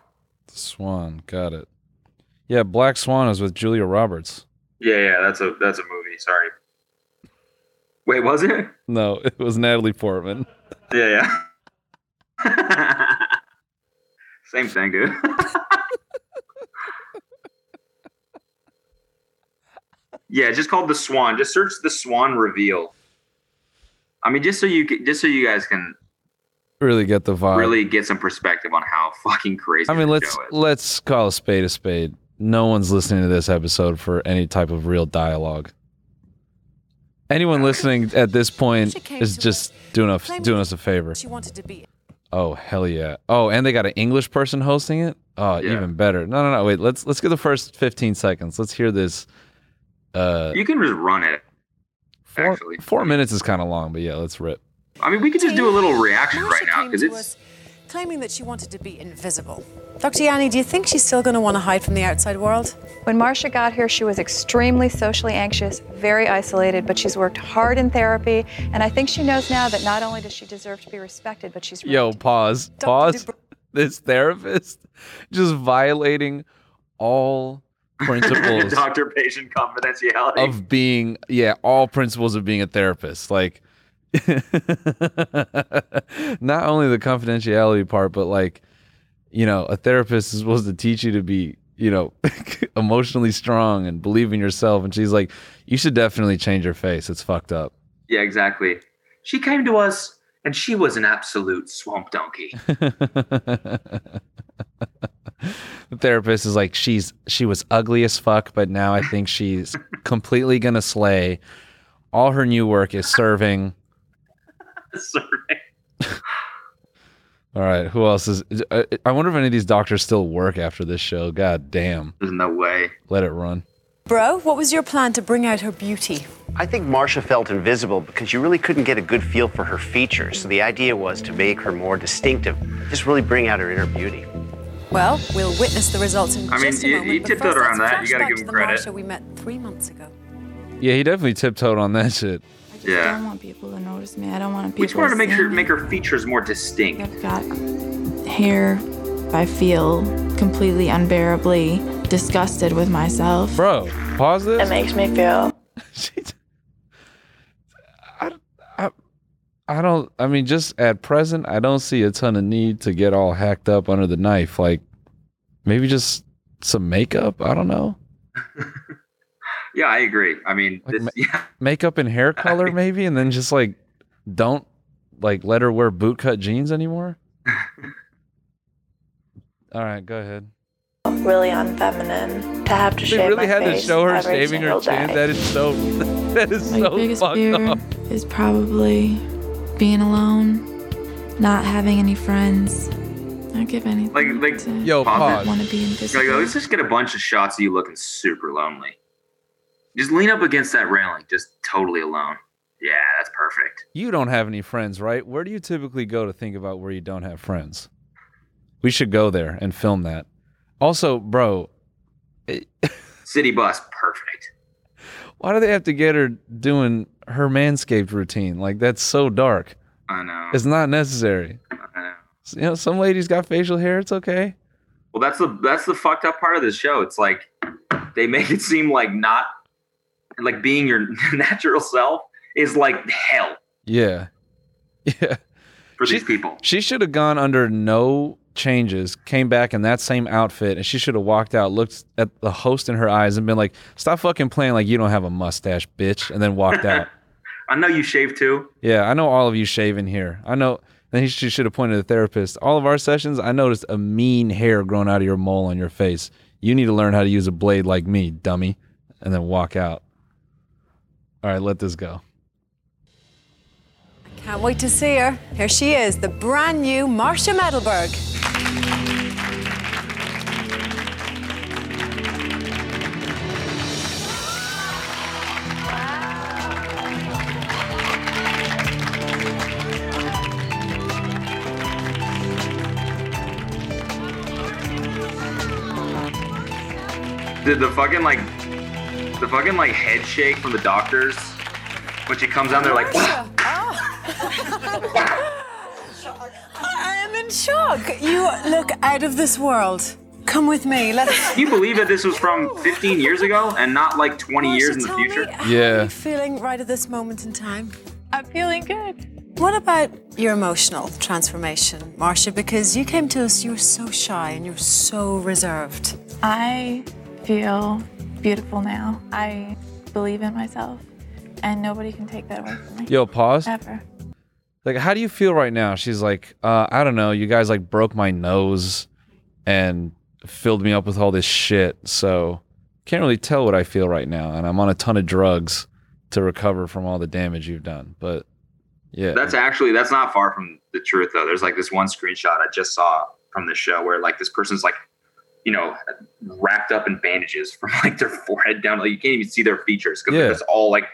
A: Swan got it? Yeah, Black Swan is with Julia Roberts.
B: Yeah, yeah, that's a that's a movie. Sorry. Wait, was it?
A: No, it was Natalie Portman.
B: Yeah, yeah. Same thing, dude. yeah, just called the Swan. Just search the Swan reveal. I mean, just so you ca- just so you guys can
A: really get the vibe.
B: really get some perspective on how fucking crazy.
A: Uh, I mean,
B: the
A: let's
B: show is.
A: let's call a spade a spade. No one's listening to this episode for any type of real dialogue. Anyone listening at this point is just doing us doing us a favor.
K: She wanted to be.
A: Oh hell yeah! Oh, and they got an English person hosting it. Oh, even better. No, no, no. Wait, let's let's get the first fifteen seconds. Let's hear this. Uh,
B: you can just run it.
A: four, four minutes is kind of long, but yeah, let's rip.
B: I mean, we could just do a little reaction right now because
K: to
B: it's
K: us claiming that she wanted to be invisible. Dr. Yanni, do you think she's still going to want to hide from the outside world?
L: When Marcia got here, she was extremely socially anxious, very isolated, but she's worked hard in therapy, and I think she knows now that not only does she deserve to be respected, but she's
A: Yo, pause, pause. This therapist just violating all principles
B: doctor patient confidentiality.
A: of being, yeah, all principles of being a therapist. Like, not only the confidentiality part, but like, you know, a therapist is supposed to teach you to be, you know, emotionally strong and believe in yourself. And she's like, you should definitely change your face. It's fucked up.
B: yeah, exactly. She came to us and she was an absolute swamp donkey.
A: the therapist is like she's she was ugly as fuck but now i think she's completely gonna slay all her new work is serving
B: Sorry.
A: all right who else is i I wonder if any of these doctors still work after this show god damn
B: there's no way
A: let it run
K: Bro, what was your plan to bring out her beauty?
M: I think Marcia felt invisible because you really couldn't get a good feel for her features. So the idea was to make her more distinctive, just really bring out her inner beauty.
K: Well, we'll witness the results in
M: I mean,
K: just a
M: you-
K: moment.
M: you
K: but
M: tiptoed
K: first,
M: around
K: let's
M: that. You
K: flash
M: gotta
K: back
M: give
K: to
M: him
K: the
M: credit.
K: Marsha we met three months ago.
A: yeah he definitely tiptoed on that shit
B: Yeah.
N: I don't want people to notice me. I don't want people.
B: We just wanted to make
N: seeing
B: sure
N: me.
B: make her features more distinct.
N: I've got hair. I feel completely unbearably disgusted with myself.
A: bro pause this
N: It makes me feel.
A: i don't i mean just at present i don't see a ton of need to get all hacked up under the knife like maybe just some makeup i don't know
B: Yeah, I agree. I mean, this, yeah,
A: makeup and hair color maybe and then just like don't like let her wear bootcut jeans anymore all right go ahead
N: Really unfeminine to have to
A: They
N: shave
A: really
N: my
A: had to
N: face
A: show her
N: every
A: shaving
N: single
A: her chin.
N: day.
A: That is so- that is
N: my
A: so
N: biggest
A: fucked
N: fear
A: up.
N: is probably being alone, not having any friends, not give anything.
B: like like
A: yo,
N: pause. Wanna be invisible.
B: Like, oh, let's just get a bunch of shots of you looking super lonely. Just lean up against that railing, just totally alone. Yeah, that's perfect.
A: you don't have any friends right where do you typically go to think about where you don't have friends we should go there and film that also bro
B: City bus, perfect.
A: why do they have to get her doing her manscaped routine like that's so dark
B: I know.
A: it's not necessary
B: I know.
A: you know some ladies got facial hair it's okay
B: Well, that's the that's the fucked up part of the show. It's like they make it seem like not like being your natural self is like hell
A: yeah yeah
B: for these people.
A: She should have gone under no changes, came back in that same outfit, and she should have walked out, looked at the host in her eyes, and been like, "Stop fucking playing like you don't have a mustache, bitch," and then walked out.
B: I know you shave too.
A: yeah, I know all of you shave in here. I know. Then she should have pointed to the therapist. All of our sessions, I noticed a mean hair growing out of your mole on your face. You need to learn how to use a blade like me, dummy, and then walk out. All right, let this go.
K: Can't wait to see her. Here she is, the brand new Marsha Medelberg.
B: The, the fucking like the fucking like head shake from the doctors when she comes out. They're like,
K: Ah. I am in shock. You look out of this world. Come with me. Let's.
B: Can you believe that this was from 15 years ago and not like 20 years in the future?
A: Yeah.
K: Feeling right at this moment in time? I'm feeling good. What about your emotional transformation, Marcia? Because you came to us, you were so shy and you were so reserved.
N: I feel beautiful now. I believe in myself, and nobody can take that away from me.
A: Yo, pause.
N: Ever.
A: like, how do you feel right now? She's like, uh, I don't know. You guys like broke my nose and filled me up with all this shit. So can't really tell what I feel right now. And I'm on a ton of drugs to recover from all the damage you've done. But yeah.
B: That's actually that's not far from the truth though. There's like this one screenshot I just saw from the show where like this person's like, you know, wrapped up in bandages from like their forehead down. Like you can't even see their features because
A: Yeah.
B: it's all like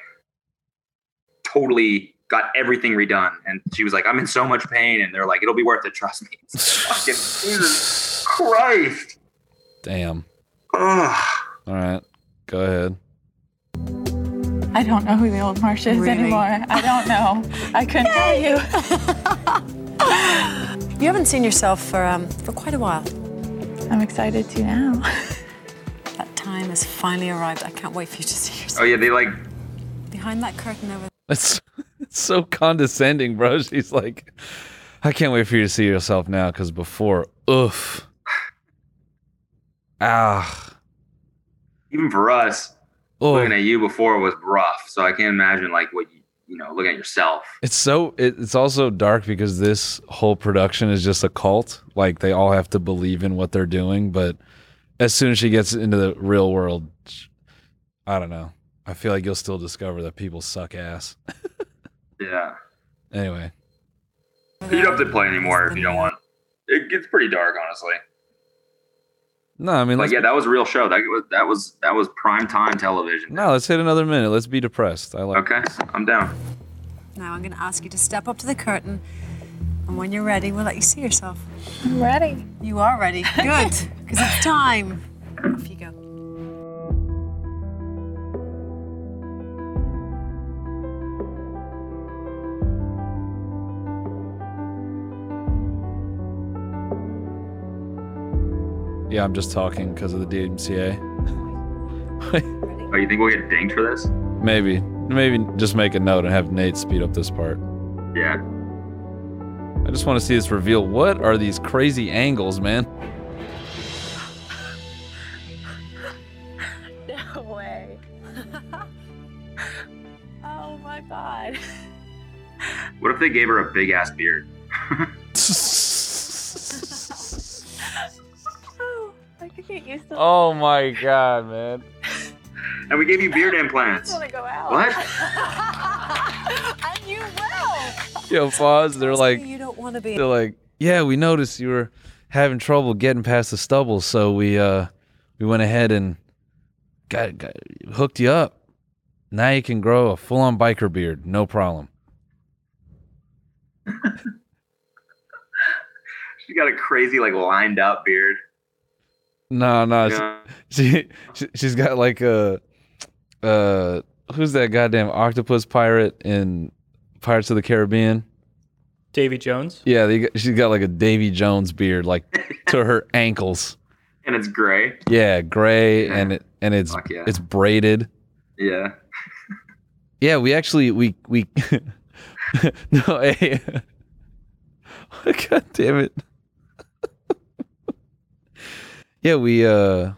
B: totally got everything redone. And she was like, I'm in so much pain, and they're like, it'll be worth it. Trust me. It's fucking Jesus Christ.
A: Damn.
B: Ugh.
A: All right. Go ahead.
O: I don't know who the old Marsh is anymore. I don't know. I couldn't tell you.
K: You haven't seen yourself for um, for quite a while.
O: I'm excited to now.
K: That time has finally arrived. I can't wait for you to see yourself
B: Oh yeah, they like
K: behind that curtain over
A: That's it's so condescending, bro. She's like, I can't wait for you to see yourself now because before, oof. Ah.
B: even for us,
A: Oh.
B: looking at you before was rough. So I can't imagine like what you you know, looking at yourself.
A: It's so it, it's also dark because this whole production is just a cult. Like they all have to believe in what they're doing, but as soon as she gets into the real world, sh- I don't know. I feel like you'll still discover that people suck ass.
B: Yeah.
A: anyway,
B: You don't have to play anymore if you don't want. It gets pretty dark, honestly.
A: no, I mean,
B: Like,
A: let's,
B: yeah, that was a real show. That was that was that was prime time television.
A: no, let's hit another minute. Let's be depressed. I like.
B: Okay, I'm down.
K: now. I'm going to ask you to step up to the curtain, and when you're ready, we'll let you see yourself.
O: I'm ready.
K: You are ready. Good, because it's time.
A: Yeah, I'm just talking because of the DMCA.
B: Oh, you think we'll get dinged for this?
A: Maybe, maybe just make a note and have Nate speed up this part.
B: Yeah.
A: I just want to see this reveal. What are these crazy angles, man?
O: No way. oh my god.
B: What if they gave her a big ass beard?
O: Oh, I could get used to
A: Oh my god, man.
B: And we gave you beard
O: I just
B: implants.
O: want to go out.
B: What?
O: and you will.
A: Yo, pause. They're like,
K: You don't want to be.
A: they're like, yeah, we noticed you were having trouble getting past the stubble, so we uh, we went ahead and got, got hooked you up. Now you can grow a full-on biker beard, no problem.
B: She got a crazy like lined up beard.
A: No, no. she-
B: Yeah.
A: She, she she's got like a uh who's that goddamn octopus pirate in Pirates of the Caribbean?
J: Davy Jones.
A: Yeah, they, got- she's got like a Davy Jones beard like to her ankles.
B: And it's gray.
A: Yeah, gray and it and it's
B: Fuck yeah.
A: it's braided.
B: Yeah.
A: Yeah, we actually we we no hey God damn it. yeah, we uh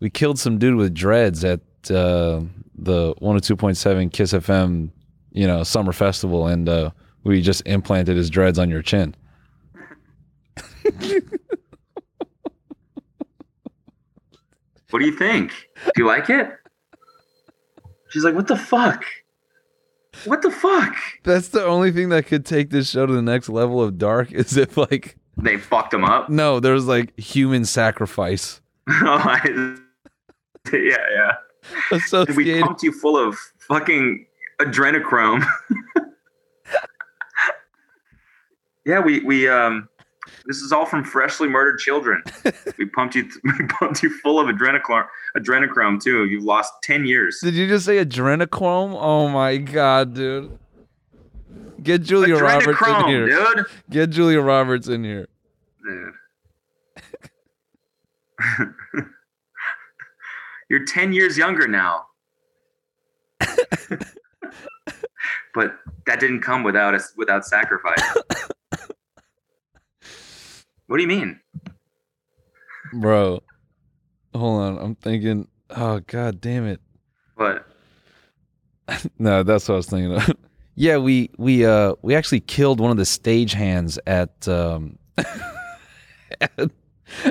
A: we killed some dude with dreads at uh the 102.7 Kiss FM, you know, summer festival and uh we just implanted his dreads on your chin.
B: What do you think? Do you like it? She's like, what the fuck? What the fuck?
A: That's the only thing that could take this show to the next level of dark is if like
B: They fucked him up.
A: no, there's like human sacrifice.
B: Oh, I- yeah, yeah. We pumped you full of fucking adrenochrome. yeah, we we um, this is all from freshly murdered children. we pumped you, we pumped you full of adrenochrome, adrenochrome too. You've lost ten years.
A: Did you just say adrenochrome? Oh my god, dude. Get Julia Roberts in
B: Adrenochrome,
A: here.
B: dude.
A: Get Julia Roberts in here.
B: Dude. You're 10 years younger now. but that didn't come without us without sacrifice. what do you mean?
A: Bro. Hold on. I'm thinking, oh god damn it.
B: But
A: No, that's what I was thinking of. Yeah, we we uh we actually killed one of the stagehands at um at,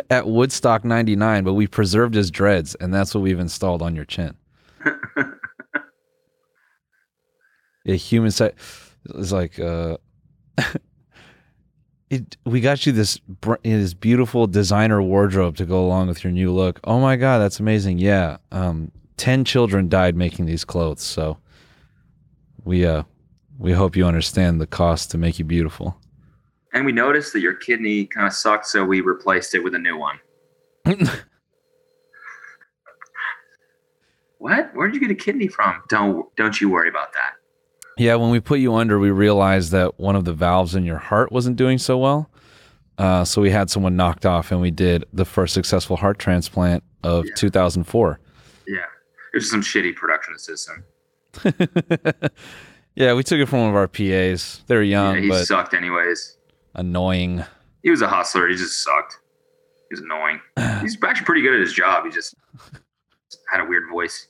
A: at Woodstock 99, but we preserved his dreads and that's what we've installed on your chin. yeah, human side it's like uh it, we got you this br- this beautiful designer wardrobe to go along with your new look. Oh my god, that's amazing. Yeah. Um 10 children died making these clothes, so we uh we hope you understand the cost to make you beautiful.
B: And we noticed that your kidney kind of sucked, so we replaced it with a new one. what? Where'd you get a kidney from? Don't don't you worry about that.
A: Yeah, when we put you under, we realized that one of the valves in your heart wasn't doing so well. Uh, so we had someone knocked off, and we did the first successful heart transplant of 2004.
B: Yeah, it was some shitty production assistant.
A: Yeah, we took it from one of our PAs. They're young,
B: yeah, he
A: Um, but
B: sucked anyways.
A: annoying.
B: He was a hustler. He just sucked. He was annoying. He's actually pretty good at his job. He just had a weird voice.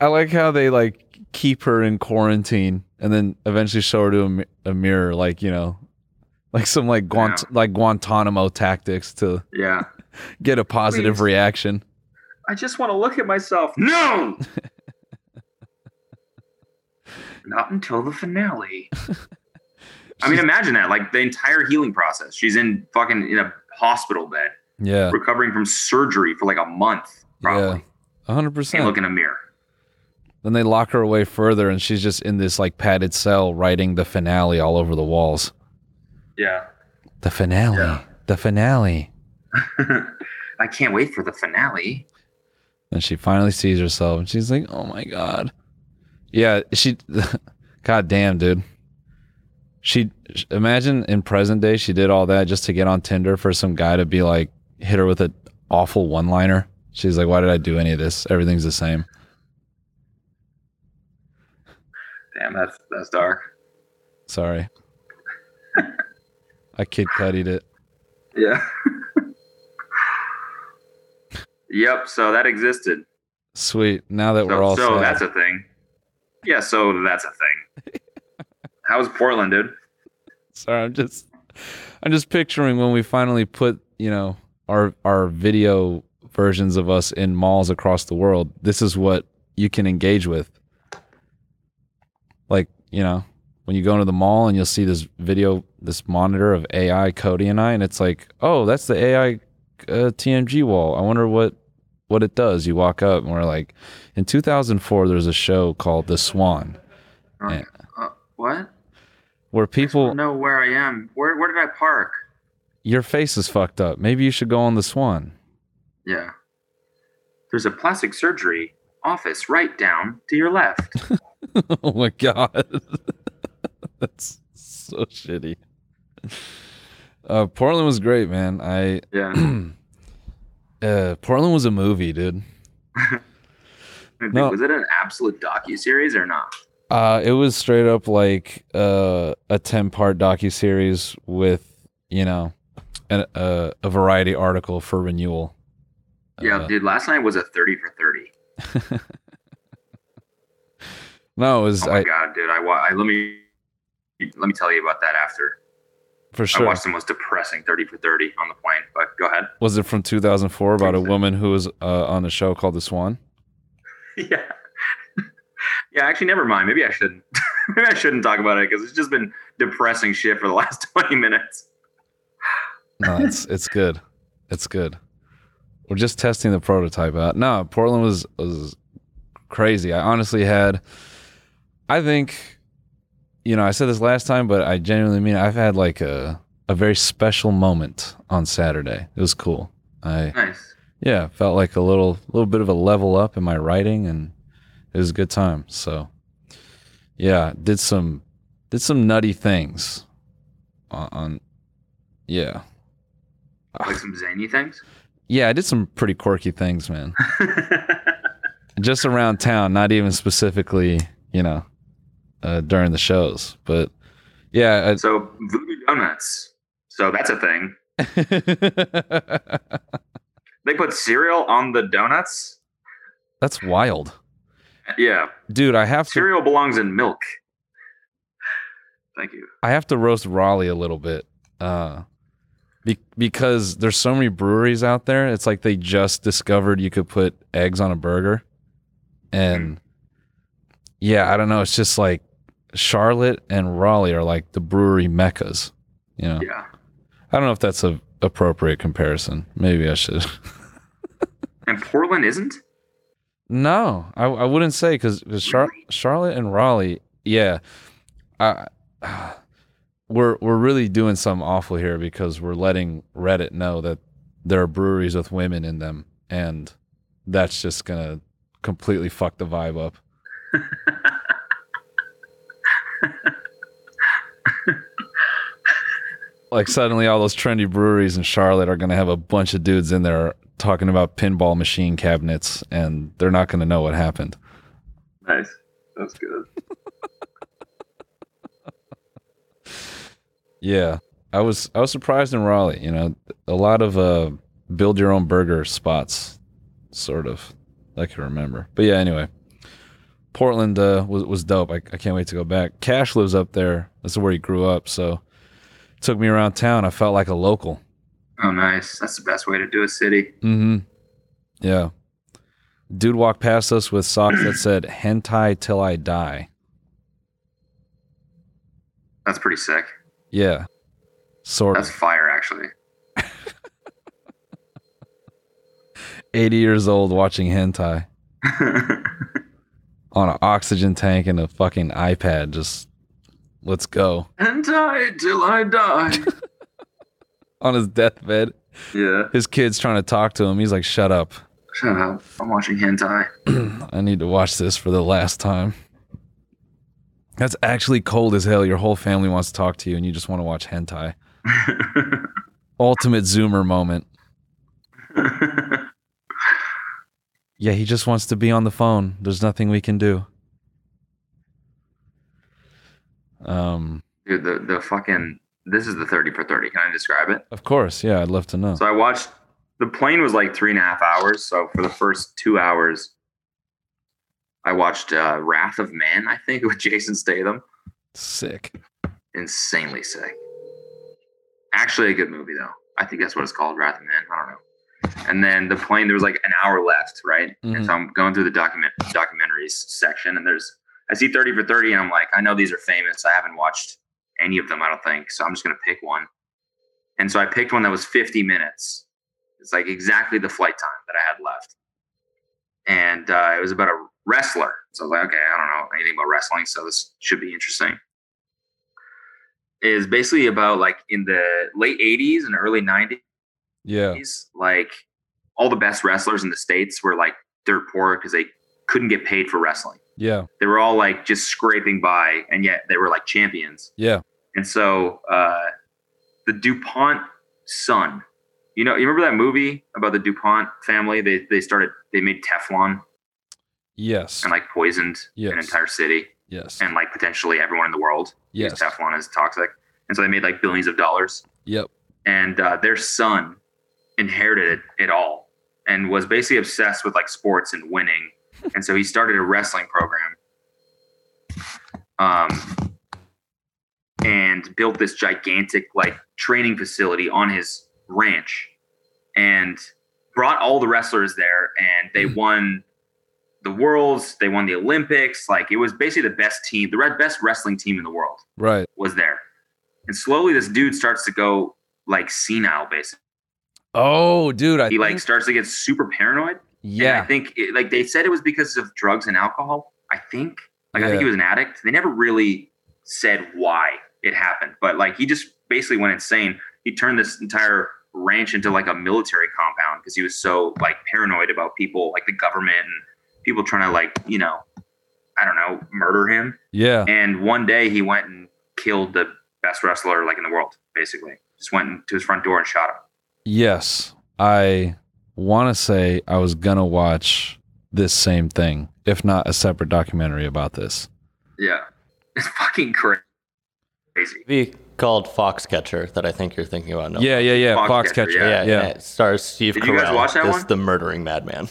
A: I like how they like keep her in quarantine and then eventually show her to a, mi- a mirror, like you know, like some like Guant- like Guantanamo tactics to
B: Yeah.
A: get a positive
B: Please.
A: reaction.
B: I just want to look at myself. No. Not until the finale. I mean, imagine that. Like the entire healing process. She's in fucking in a hospital bed,
A: Yeah,
B: recovering from surgery for like a month.
A: yeah, hundred
B: Can't look
A: percent.
B: in a mirror.
A: Then they lock her away further, and she's just in this like padded cell writing the finale all over the walls.
B: Yeah.
A: The finale. The finale.
B: I can't wait for the finale.
A: And she finally sees herself and she's like, oh my God. Yeah, she, God damn, dude. She, imagine in present day, she did all that just to get on Tinder for some guy to be like, hit her with an awful one liner. She's like, why did I do any of this? Everything's the same.
B: Damn, that's that's dark.
A: Sorry. I kid cuddied it.
B: Yeah. yep. So that existed.
A: Sweet. Now that we're
B: So,
A: all
B: so
A: sad.
B: that's a thing. Yeah, so that's a thing. How's Portland, dude?
A: Sorry, I'm just I'm just picturing when we finally put, you know, our our video versions of us in malls across the world. This is what you can engage with. Like, you know, when you go into the mall and you'll see this video, this monitor of AI Cody and I, and it's like, oh, that's the AI uh, TMG wall. I wonder what what it does. You walk up and we're like, in 2004, there's a show called The Swan, and-
B: Uh, what?
A: where people
B: Know where I am? Where Where did I park?
A: your face is fucked up. Maybe you should go on the swan.
B: Yeah. There's a plastic surgery office right down to your left.
A: oh my god. That's so shitty. Uh Portland was great, man. I
B: Yeah.
A: uh Portland was a movie, dude. No.
B: Was it an absolute docu series or not?
A: Uh it was straight up like uh a 10-part docu-series with, you know, an, uh, a variety article for renewal.
B: Yeah, dude. Last night was a thirty for thirty.
A: No, it was
B: Oh my
A: I
B: god, dude! I, wa- I let me let me tell you about that after.
A: for sure.
B: I watched the most depressing thirty for thirty on the plane. But go ahead.
A: was it from 2004 about a woman who was uh, on a show called The Swan?
B: yeah. Yeah, actually, never mind. Maybe I shouldn't. Maybe I shouldn't talk about it because it's just been depressing shit for the last twenty minutes.
A: No, it's it's good. It's good. We're just testing the prototype out. No, Portland was was crazy. I honestly had I think you know, I said this last time, but I genuinely mean it. I've had like a a very special moment on Saturday. It was cool. I
B: Nice.
A: yeah, felt like a little little bit of a level up in my writing and it was a good time. So yeah, did some did some nutty things on, on yeah.
B: Like some zany things.
A: Yeah, I did some pretty quirky things, man. Just around town, not even specifically, you know, uh, during the shows. But yeah, I,
B: So voodoo donuts. So that's a thing. they put cereal on the donuts.
A: that's wild.
B: Yeah.
A: Dude, I have to
B: Cereal belongs in milk. Thank you.
A: I have to roast Raleigh a little bit. Uh be- because there's so many breweries out there, it's like they just discovered you could put eggs on a burger. And yeah, I don't know, it's just like Charlotte and Raleigh are like the brewery meccas, you know.
B: Yeah.
A: I don't know if that's a appropriate comparison. Maybe I should.
B: And Portland isn't?
A: No, I, I wouldn't say because Char- Charlotte and Raleigh, yeah, I, we're we're really doing something awful here because we're letting Reddit know that there are breweries with women in them, and that's just gonna completely fuck the vibe up. like suddenly all those trendy breweries in Charlotte are going to have a bunch of dudes in there talking about pinball machine cabinets and they're not going to know what happened.
B: Nice. That's good.
A: Yeah. I was I was surprised in Raleigh, you know, a lot of uh build your own burger spots sort of I can remember. But yeah, anyway. Portland uh, was was dope. I, I can't wait to go back. Cash lives up there. That's where he grew up, so took me around town. I felt like a local.
B: Oh, nice. That's the best way to do a city.
A: Mm-hmm. Yeah. Dude walked past us with socks that said hentai till I die.
B: That's pretty sick.
A: Yeah. Sort
B: That's
A: of.
B: fire, actually.
A: 80 years old watching hentai on an oxygen tank and a fucking iPad. Just let's go.
B: And die till I die.
A: On his deathbed.
B: Yeah.
A: His kid's trying to talk to him. He's like, shut up.
B: Shut up. I'm watching hentai.
A: I need to watch this for the last time. That's actually cold as hell. Your whole family wants to talk to you and you just want to watch hentai. Ultimate zoomer moment. yeah, he just wants to be on the phone. There's nothing we can do. Um,
B: Dude, the, the fucking. This is the 30 for 30. Can I describe it?
A: of course, yeah, I'd love to know.
B: So I watched. The plane was like three and a half hours. So for the first two hours, I watched uh, Wrath of Man, I think, with Jason Statham.
A: Sick.
B: Insanely sick. Actually, a good movie, though. I think that's what it's called, Wrath of Man. I don't know. And then the plane, there was like an hour left, right? And so I'm going through the document documentaries section, and there's I see 30 for 30, and I'm like, I know these are famous. I haven't watched any of them, I don't think. So I'm just gonna pick one. And so I picked one that was 50 minutes. It's like exactly the flight time that I had left. And uh, it was about a wrestler. So I was like, okay, I don't know anything about wrestling, so this should be interesting. Is basically about like in the late 80s and early 90s
A: Yeah.
B: like all the best wrestlers in the states were like dirt poor because they couldn't get paid for wrestling.
A: Yeah.
B: They were all like just scraping by, and yet they were like champions.
A: Yeah.
B: And so uh, the DuPont son, you know, you remember that movie about the DuPont family? They they started they made Teflon
A: Yes.
B: and like poisoned an
A: Yes.
B: entire city.
A: Yes.
B: And like potentially everyone in the world.
A: Yes.
B: used Teflon is toxic, and so they made like billions of dollars
A: Yep.
B: and uh, their son inherited it, it all and was basically obsessed with like sports and winning and so he started a wrestling program um, and built this gigantic like training facility on his ranch and brought all the wrestlers there and
A: Hmm.
B: they won the worlds they won the olympics like it was basically the best team the red- best wrestling team in the world
A: Right.
B: was there. And slowly this dude starts to go like senile basically.
A: Oh, dude. I
B: he like
A: think-
B: starts to get super paranoid. And I
A: yeah.
B: think it, like they said it was because of drugs and alcohol. I think like I
A: Yeah.
B: think he was an addict. They never really said why it happened, but like he just basically went insane. He turned this entire ranch into like a military compound because he was so like paranoid about people like the government and people trying to like, you know, I don't know, murder him.
A: Yeah.
B: And one day he went and killed the best wrestler like in the world, basically. Just went to his front door and shot him.
A: Yes. I want to say I was going to watch this same thing, if not a separate documentary about this.
B: Yeah. It's fucking crazy.
P: Be called Foxcatcher that I think you're thinking about. No,
A: Yeah, yeah, yeah, Foxcatcher, Foxcatcher, Oh. yeah.
P: yeah,
A: yeah.
P: It stars Steve
B: Did
P: Carell
B: you guys watch that
P: as
B: one?
P: the murdering madman.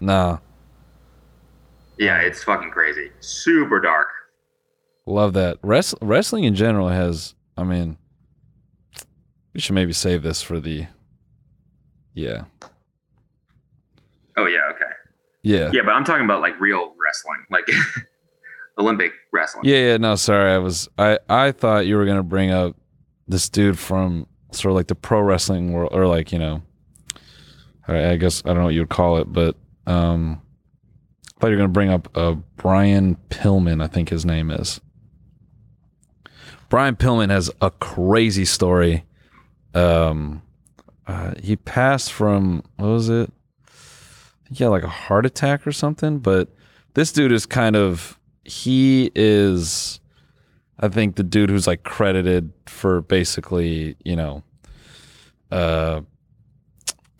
A: Nah.
B: Yeah, it's fucking crazy. Super dark.
A: Love that. Wrest- wrestling in general has, I mean, we should maybe save this for the, yeah,
B: Oh yeah, okay.
A: yeah,
B: Yeah, but I'm talking about like real wrestling, like Olympic wrestling.
A: yeah, yeah. No, sorry, I was, I, I thought you were gonna bring up this dude from sort of like the pro wrestling world, or like you know, I I guess I don't know what you would call it, but um, I thought you were gonna bring up uh Brian Pillman, I think his name is. Brian Pillman has a crazy story. Um, uh, he passed from what was it? I think he had like a heart attack or something. But this dude is kind of he is, I think the dude who's like credited for basically you know, uh,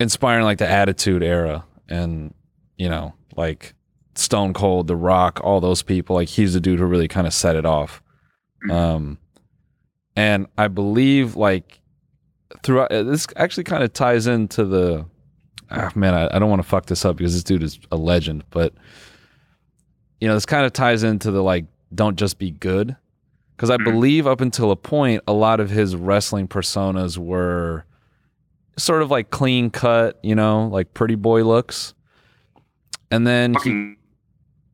A: inspiring like the Attitude Era and you know like Stone Cold, The Rock, all those people. Like he's the dude who really kind of set it off. Um, and I believe like throughout uh, this actually kind of ties into the ah, man I, I don't want to fuck this up because this dude is a legend but you know this kind of ties into the like don't just be good because I believe up until a point a lot of his wrestling personas were sort of like clean cut you know like pretty boy looks and then he
B: You
A: you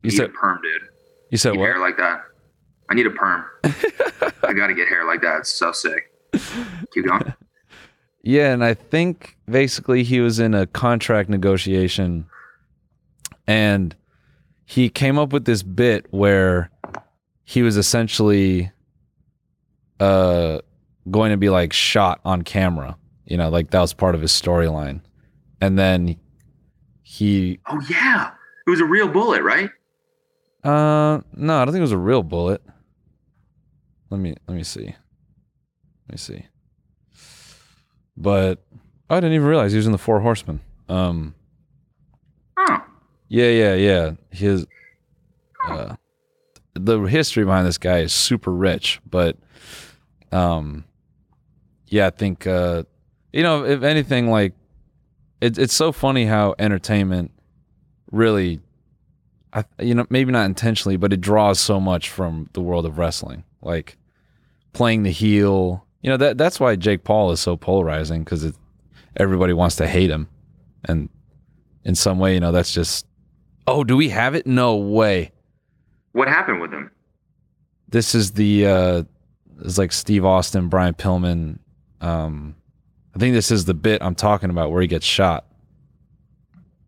B: need a
A: said
B: perm, dude.
A: you said
B: Need
A: what
B: Hair like that. I need a perm. I gotta get hair like that. It's so sick. Keep going.
A: Yeah, and I think basically he was in a contract negotiation and he came up with this bit where he was essentially uh going to be like shot on camera. You know, like that was part of his storyline. And then he
B: Oh yeah, it was a real bullet, right?
A: uh no, I don't think it was a real bullet. Let me let me see. Let me see. But I didn't even realize he was in the Four Horsemen. Um Yeah, yeah, yeah. His uh the history behind this guy is super rich, but um yeah, I think uh you know, if anything like it, it's so funny how entertainment really I, you know, maybe not intentionally, but it draws so much from the world of wrestling, like playing the heel. You know, that that's why Jake Paul is so polarizing because everybody wants to hate him, and in some way, you know, that's just. Oh, do we have it? No way.
B: What happened with him?
A: This is the uh it's like Steve Austin, Brian Pillman. Um, I think this is the bit I'm talking about where he gets shot.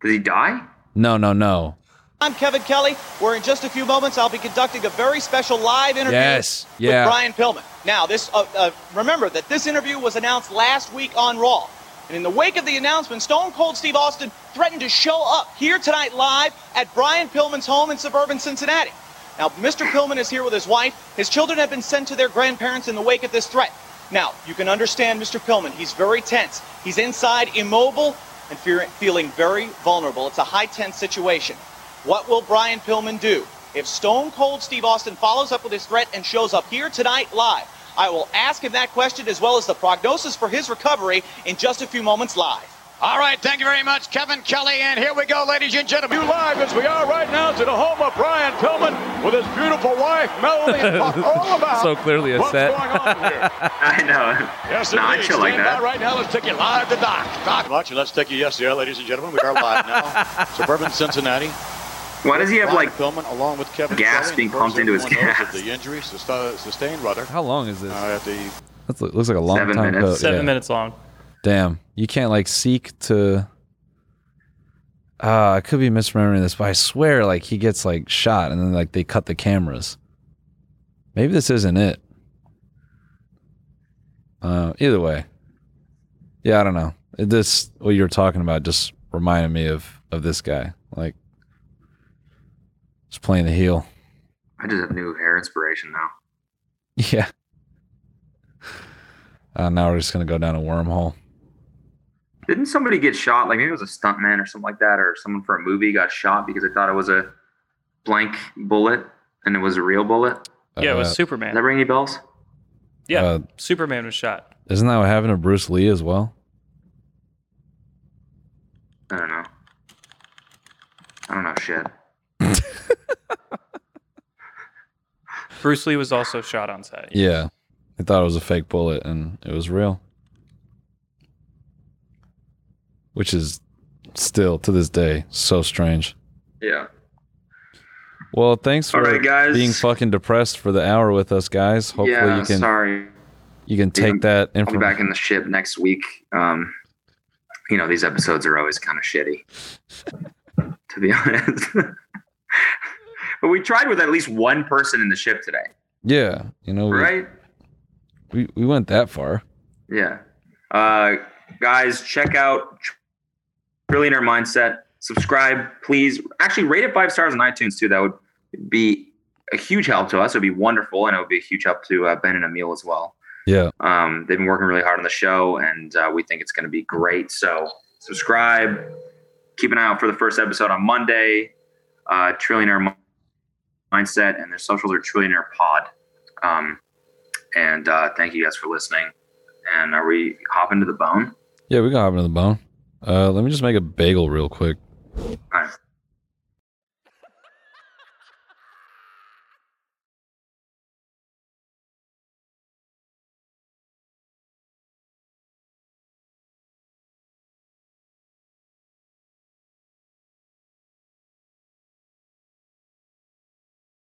B: Did he die?
A: No, no, no.
Q: I'm Kevin Kelly, where in just a few moments I'll be conducting a very special live interview
A: Yes,
Q: with
A: yeah.
Q: Brian Pillman. Now, this uh, uh, remember that this interview was announced last week on Raw. And in the wake of the announcement, Stone Cold Steve Austin threatened to show up here tonight live at Brian Pillman's home in suburban Cincinnati. Now, Mr. Pillman is here with his wife. His children have been sent to their grandparents in the wake of this threat. Now, you can understand Mr. Pillman. He's very tense. He's inside, immobile, and fear- feeling very vulnerable. It's a high tense situation. What will Brian Pillman do? If Stone Cold Steve Austin follows up with his threat and shows up here tonight live, I will ask him that question as well as the prognosis for his recovery in just a few moments live.
R: All right, thank you very much, Kevin Kelly, and here we go, ladies and gentlemen. You live as we are right now to the home of Brian Pillman with his beautiful wife, Melody, and talk all about
A: so clearly a
R: what's
A: set.
R: going on here.
B: I know.
R: Yes,
B: Nah, I
R: indeed.
B: chill like
R: Stand
B: that.
R: by right now. Let's take you live to Doc. Doc, watch it. Let's take you. Yes, yeah, ladies and gentlemen, we are live now. Suburban Cincinnati.
B: Why does he have,
R: Brian
B: like,
R: Pillman along with Kevin
B: gas
R: Kelly,
B: being
R: and of course,
B: pumped into his
R: everyone knows
B: gas?
R: of The injury susta- sustained, rather.
A: How long is this?
R: Uh, at the
A: That looks like a long
J: Seven
A: time
J: minutes.
A: ago.
J: Seven minutes long.
A: Damn, you can't like seek to. Uh, I could be misremembering this, but I swear, like he gets like shot, and then like they cut the cameras. Maybe this isn't it. Uh, either way, yeah, I don't know. It- This what you were talking about just reminded me of of this guy, like just playing the heel.
B: I just have new hair inspiration now.
A: Yeah. Uh, now we're just gonna go down a wormhole.
B: Didn't somebody get shot? Like maybe it was a stuntman or something like that, or someone for a movie got shot because they thought it was a blank bullet and it was a real bullet.
J: Yeah, it was
A: Uh,
J: Superman.
B: Does that ring any bells?
J: Yeah,
A: Uh,
J: Superman was shot.
A: Isn't that what happened to Bruce Lee as well?
B: I don't know. I don't know shit.
J: Bruce Lee was also shot on set.
A: Yeah. I thought it was a fake bullet and it was real. Which is still to this day so strange.
B: Yeah.
A: Well, thanks for
B: All right, guys.
A: being fucking depressed for the hour with us guys. Hopefully
B: yeah,
A: you can
B: sorry.
A: you can take that
B: I'll be
A: information.
B: back in the ship next week. Um, you know, these episodes are always kind of shitty, to be honest. but we tried with at least one person in the ship today,
A: Yeah, you know we,
B: right?
A: we we went that far.
B: Yeah. Uh, guys, check out Tr- Trillionaire Mindset. Subscribe, please. Actually, rate it five stars on iTunes too. That would be a huge help to us. It would be wonderful, and it would be a huge help to uh, Ben and Emil as well.
A: Yeah.
B: Um, they've been working really hard on the show, and uh, we think it's going to be great. So subscribe. Keep an eye out for the first episode on Monday. Uh, Trillionaire Mi- Mindset and their socials are Trillionaire Pod. Um, and uh, thank you guys for listening. And are we hopping to the bone?
A: Yeah, we got hop into the bone. Uh, let me just make a bagel real quick.
B: All right.